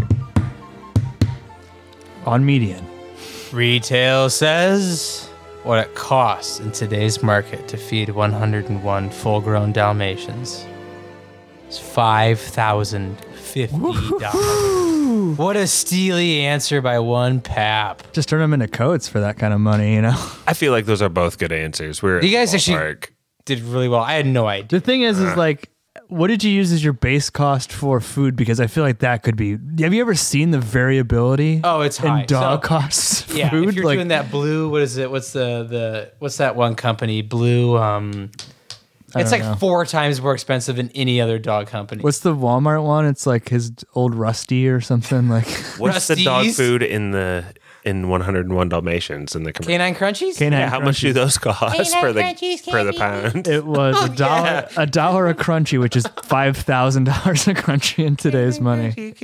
[SPEAKER 4] on median.
[SPEAKER 3] Retail says what it costs in today's market to feed 101 full grown Dalmatians is $5,050. What a steely answer by one pap.
[SPEAKER 4] Just turn them into coats for that kind of money, you know.
[SPEAKER 6] I feel like those are both good answers. We're
[SPEAKER 3] You guys actually-
[SPEAKER 6] ballpark.
[SPEAKER 3] Did really well. I had no idea.
[SPEAKER 4] The thing is, is like, what did you use as your base cost for food? Because I feel like that could be. Have you ever seen the variability?
[SPEAKER 3] Oh, it's high.
[SPEAKER 4] in dog
[SPEAKER 3] So-
[SPEAKER 4] costs. of
[SPEAKER 3] Yeah,
[SPEAKER 4] food?
[SPEAKER 3] if you're
[SPEAKER 4] like,
[SPEAKER 3] doing that blue, what is it? What's the the what's that one company? Blue. Um, it's
[SPEAKER 4] don't
[SPEAKER 3] like
[SPEAKER 4] know.
[SPEAKER 3] four times more expensive than any other dog company.
[SPEAKER 4] What's the Walmart one? It's like his old Rusty or something. Like
[SPEAKER 6] What's the dog
[SPEAKER 3] Rusty's?
[SPEAKER 6] food in the in 101 Dalmatians in the commercial?
[SPEAKER 3] Canine Crunchies?
[SPEAKER 4] canine.
[SPEAKER 6] Yeah, how much do
[SPEAKER 4] Crunchies.
[SPEAKER 6] those cost
[SPEAKER 7] Peanut
[SPEAKER 6] for the
[SPEAKER 7] crunchies,
[SPEAKER 6] for the
[SPEAKER 7] candy.
[SPEAKER 6] pound?
[SPEAKER 4] It was
[SPEAKER 3] Oh,
[SPEAKER 4] a dollar, a dollar a crunchy, which is five thousand dollars a crunchy in today's money.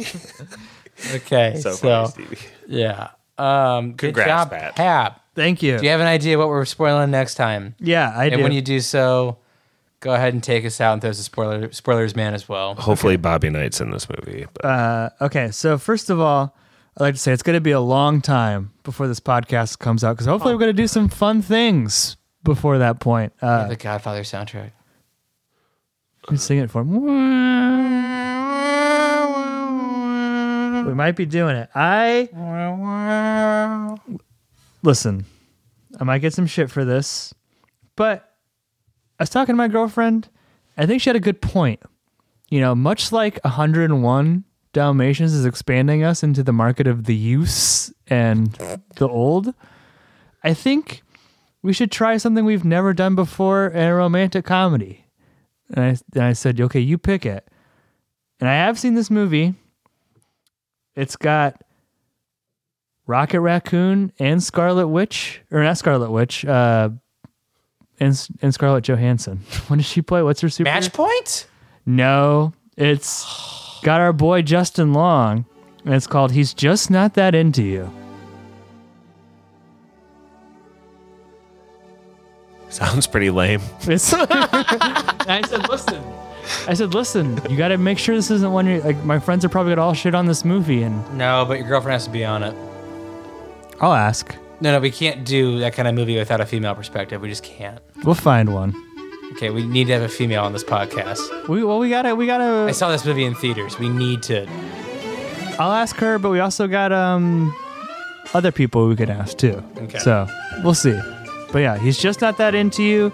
[SPEAKER 3] Okay, so,
[SPEAKER 6] so far, Stevie.
[SPEAKER 3] yeah. Um,
[SPEAKER 6] Congrats,
[SPEAKER 3] good job,
[SPEAKER 6] Pat.
[SPEAKER 3] Pap.
[SPEAKER 4] Thank you.
[SPEAKER 3] Do you have an idea what we're spoiling next time?
[SPEAKER 4] yeah, I
[SPEAKER 3] and
[SPEAKER 4] do.
[SPEAKER 3] when you do so, go ahead and take us out and throw us a spoiler spoilers man as well.
[SPEAKER 6] Hopefully, Bobby Knight's in this movie. But
[SPEAKER 4] Uh, Okay, so first of all, I'd like to say it's going to be a long time before this podcast comes out because hopefully we're going to do some fun things before that point. Uh,
[SPEAKER 3] the Godfather soundtrack.
[SPEAKER 4] you sing it for me. We might be doing it. I listen. I might get some shit for this, but I was talking to my girlfriend. I think she had a good point. You know, much like 101 Dalmatians is expanding us into the market of the use and the old, I think we should try something we've never done before in a romantic comedy. And I, and I said, okay, you pick it. And I have seen this movie. It's got Rocket Raccoon and Scarlet Witch, or not Scarlet Witch, uh, and, and Scarlett Johansson. When did she play? What's her super?
[SPEAKER 3] Match point?
[SPEAKER 4] No, it's got our boy Justin Long, and it's called He's Just Not That Into You.
[SPEAKER 6] sounds pretty lame.
[SPEAKER 4] It's, And I said, listen. I said, listen, you got to make sure this isn't one you're like, my friends are probably going to all shit on this movie, and
[SPEAKER 3] No, but your girlfriend has to be on it.
[SPEAKER 4] I'll ask.
[SPEAKER 3] No, no, we can't do that kind of movie without a female perspective. We just can't.
[SPEAKER 4] We'll find one.
[SPEAKER 3] Okay, we need to have a female on this podcast.
[SPEAKER 4] We, well, we got to, we got
[SPEAKER 3] I
[SPEAKER 4] to,
[SPEAKER 3] saw this movie in theaters. We need to.
[SPEAKER 4] I'll ask her, but we also got, um, other people we could ask too.
[SPEAKER 3] Okay.
[SPEAKER 4] So we'll see. But yeah, he's just not that into you.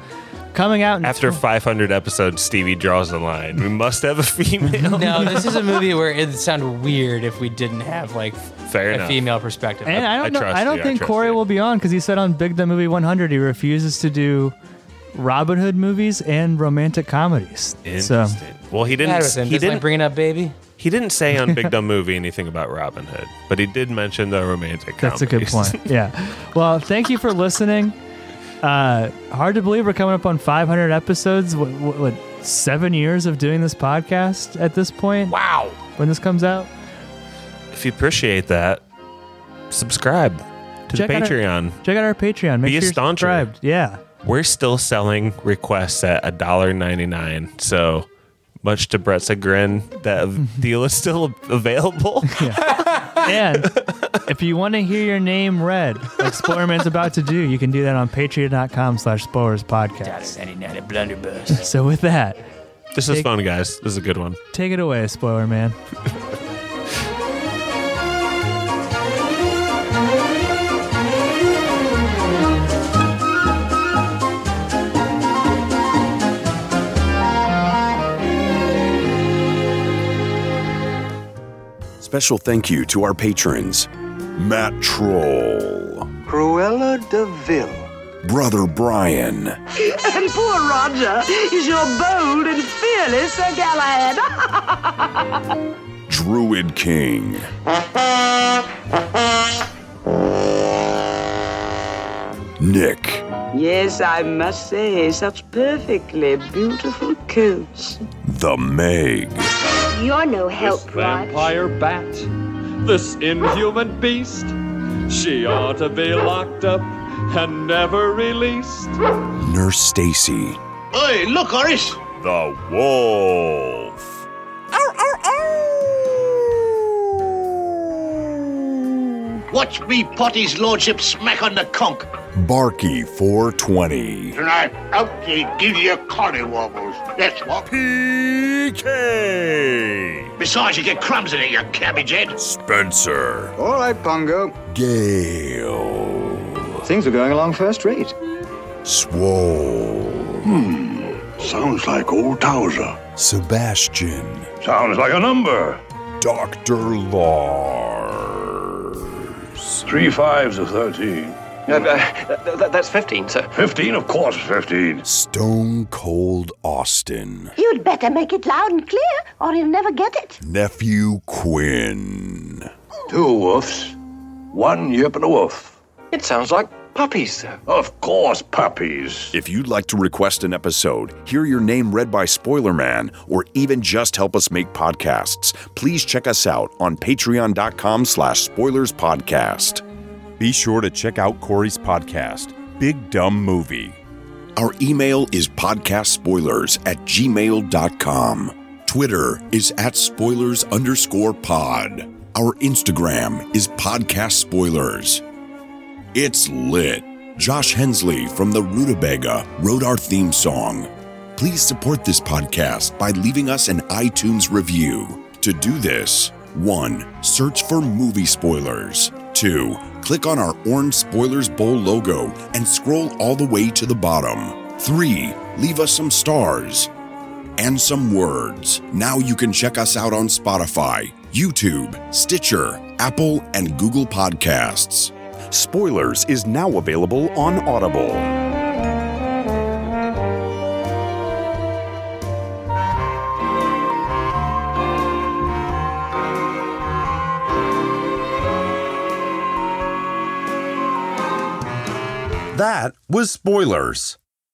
[SPEAKER 4] Coming out in
[SPEAKER 6] After 500 episodes, Stevie draws the line. We must have a female.
[SPEAKER 3] No, this is a movie where it'd sound weird if we didn't have like
[SPEAKER 6] Fair
[SPEAKER 3] a
[SPEAKER 6] enough.
[SPEAKER 3] female perspective.
[SPEAKER 4] And I don't
[SPEAKER 6] I
[SPEAKER 4] know,
[SPEAKER 6] trust
[SPEAKER 4] I don't
[SPEAKER 6] you, I
[SPEAKER 4] think
[SPEAKER 6] trust
[SPEAKER 4] Corey
[SPEAKER 6] you.
[SPEAKER 4] will be on because he said on Big the Movie 100 he refuses to do Robin Hood movies and romantic comedies. So
[SPEAKER 6] Interesting. well, he
[SPEAKER 3] Bad
[SPEAKER 6] didn't.
[SPEAKER 3] with him.
[SPEAKER 6] He
[SPEAKER 3] Doesn't
[SPEAKER 6] didn't.
[SPEAKER 3] like bringing up baby.
[SPEAKER 6] he didn't say on Big Dumb Movie anything about Robin Hood, but he did mention the romantic.
[SPEAKER 4] that's a good
[SPEAKER 6] comedies.
[SPEAKER 4] point. Yeah. Well, thank you for listening. Uh, hard to believe we're coming up on 500 episodes. What, what, what seven years of doing this podcast at this point? Wow. When this comes out,
[SPEAKER 6] if you appreciate that, subscribe to
[SPEAKER 4] Check
[SPEAKER 6] the
[SPEAKER 4] out our-
[SPEAKER 6] Patreon.
[SPEAKER 4] check out our Patreon. Make
[SPEAKER 6] Be a
[SPEAKER 4] sure you're
[SPEAKER 6] stauncher.
[SPEAKER 4] subscribed. Yeah.
[SPEAKER 6] We're still selling requests at $1.99. So much to Brett's chagrin, that deal is still available.
[SPEAKER 4] And if you want to hear your name read, like Spoilerman's about to do, you can do that on patreon.com slash spoilers podcast. So with that,
[SPEAKER 6] This is
[SPEAKER 4] Big-
[SPEAKER 6] fun, guys. This is a good one.
[SPEAKER 4] take it away, Spoiler Man.
[SPEAKER 9] Special thank you to our patrons Matt Troll,
[SPEAKER 1] Cruella de Vil,
[SPEAKER 9] Brother Brian.
[SPEAKER 5] And poor Roger is your bold and fearless Sir Galahad.
[SPEAKER 9] Druid King. Nick.
[SPEAKER 5] yes, I must say, such perfectly beautiful coats.
[SPEAKER 9] The Meg.
[SPEAKER 10] You're no
[SPEAKER 11] This
[SPEAKER 10] help, Rod.
[SPEAKER 11] vampire bat, this inhuman beast, she ought to be locked up and never released.
[SPEAKER 9] Nurse Stacy.
[SPEAKER 8] Hey, look, Horace.
[SPEAKER 9] The Wolf.
[SPEAKER 8] Watch me Potty's lordship smack on the conch.
[SPEAKER 9] Barky 420.
[SPEAKER 8] And I'm out to give you collywobbles. That's what.
[SPEAKER 9] E PK.
[SPEAKER 8] Besides, you get crumbs in it, you cabbage head.
[SPEAKER 9] Spencer.
[SPEAKER 12] All right, Pongo.
[SPEAKER 9] Gale.
[SPEAKER 12] Things are going along first rate.
[SPEAKER 9] Swole.
[SPEAKER 12] Hmm.
[SPEAKER 8] Sounds like old Towser.
[SPEAKER 9] Sebastian.
[SPEAKER 8] Sounds like a number.
[SPEAKER 9] Dr. Lars.
[SPEAKER 8] Three fives of 13.
[SPEAKER 13] Uh, that's 15, sir.
[SPEAKER 8] 15, of course, 15.
[SPEAKER 9] Stone Cold Austin.
[SPEAKER 5] You'd better make it loud and clear, or you'll never get it.
[SPEAKER 9] Nephew Quinn.
[SPEAKER 8] Two woofs. One yip and a woof.
[SPEAKER 13] It sounds like puppies, sir.
[SPEAKER 8] Of course, puppies.
[SPEAKER 9] If you'd like to request an episode, hear your name read by Spoiler Man, or even just help us make podcasts, please check us out on patreon.com slash spoilers podcast.
[SPEAKER 6] Be sure to check out Corey's podcast, Big Dumb Movie.
[SPEAKER 9] Our email is podcastspoilers at gmail.com. Twitter is at spoilers underscore pod. Our Instagram is podcast spoilers. It's lit. Josh Hensley from the Rutabaga wrote our theme song. Please support this podcast by leaving us an iTunes review. To do this, 1. Search for movie spoilers. 2. Click on our orange Spoilers Bowl logo and scroll all the way to the bottom. 3. Leave us some stars and some words. Now you can check us out on Spotify, YouTube, Stitcher, Apple, and Google Podcasts.
[SPEAKER 6] Spoilers is now available on Audible. That was spoilers.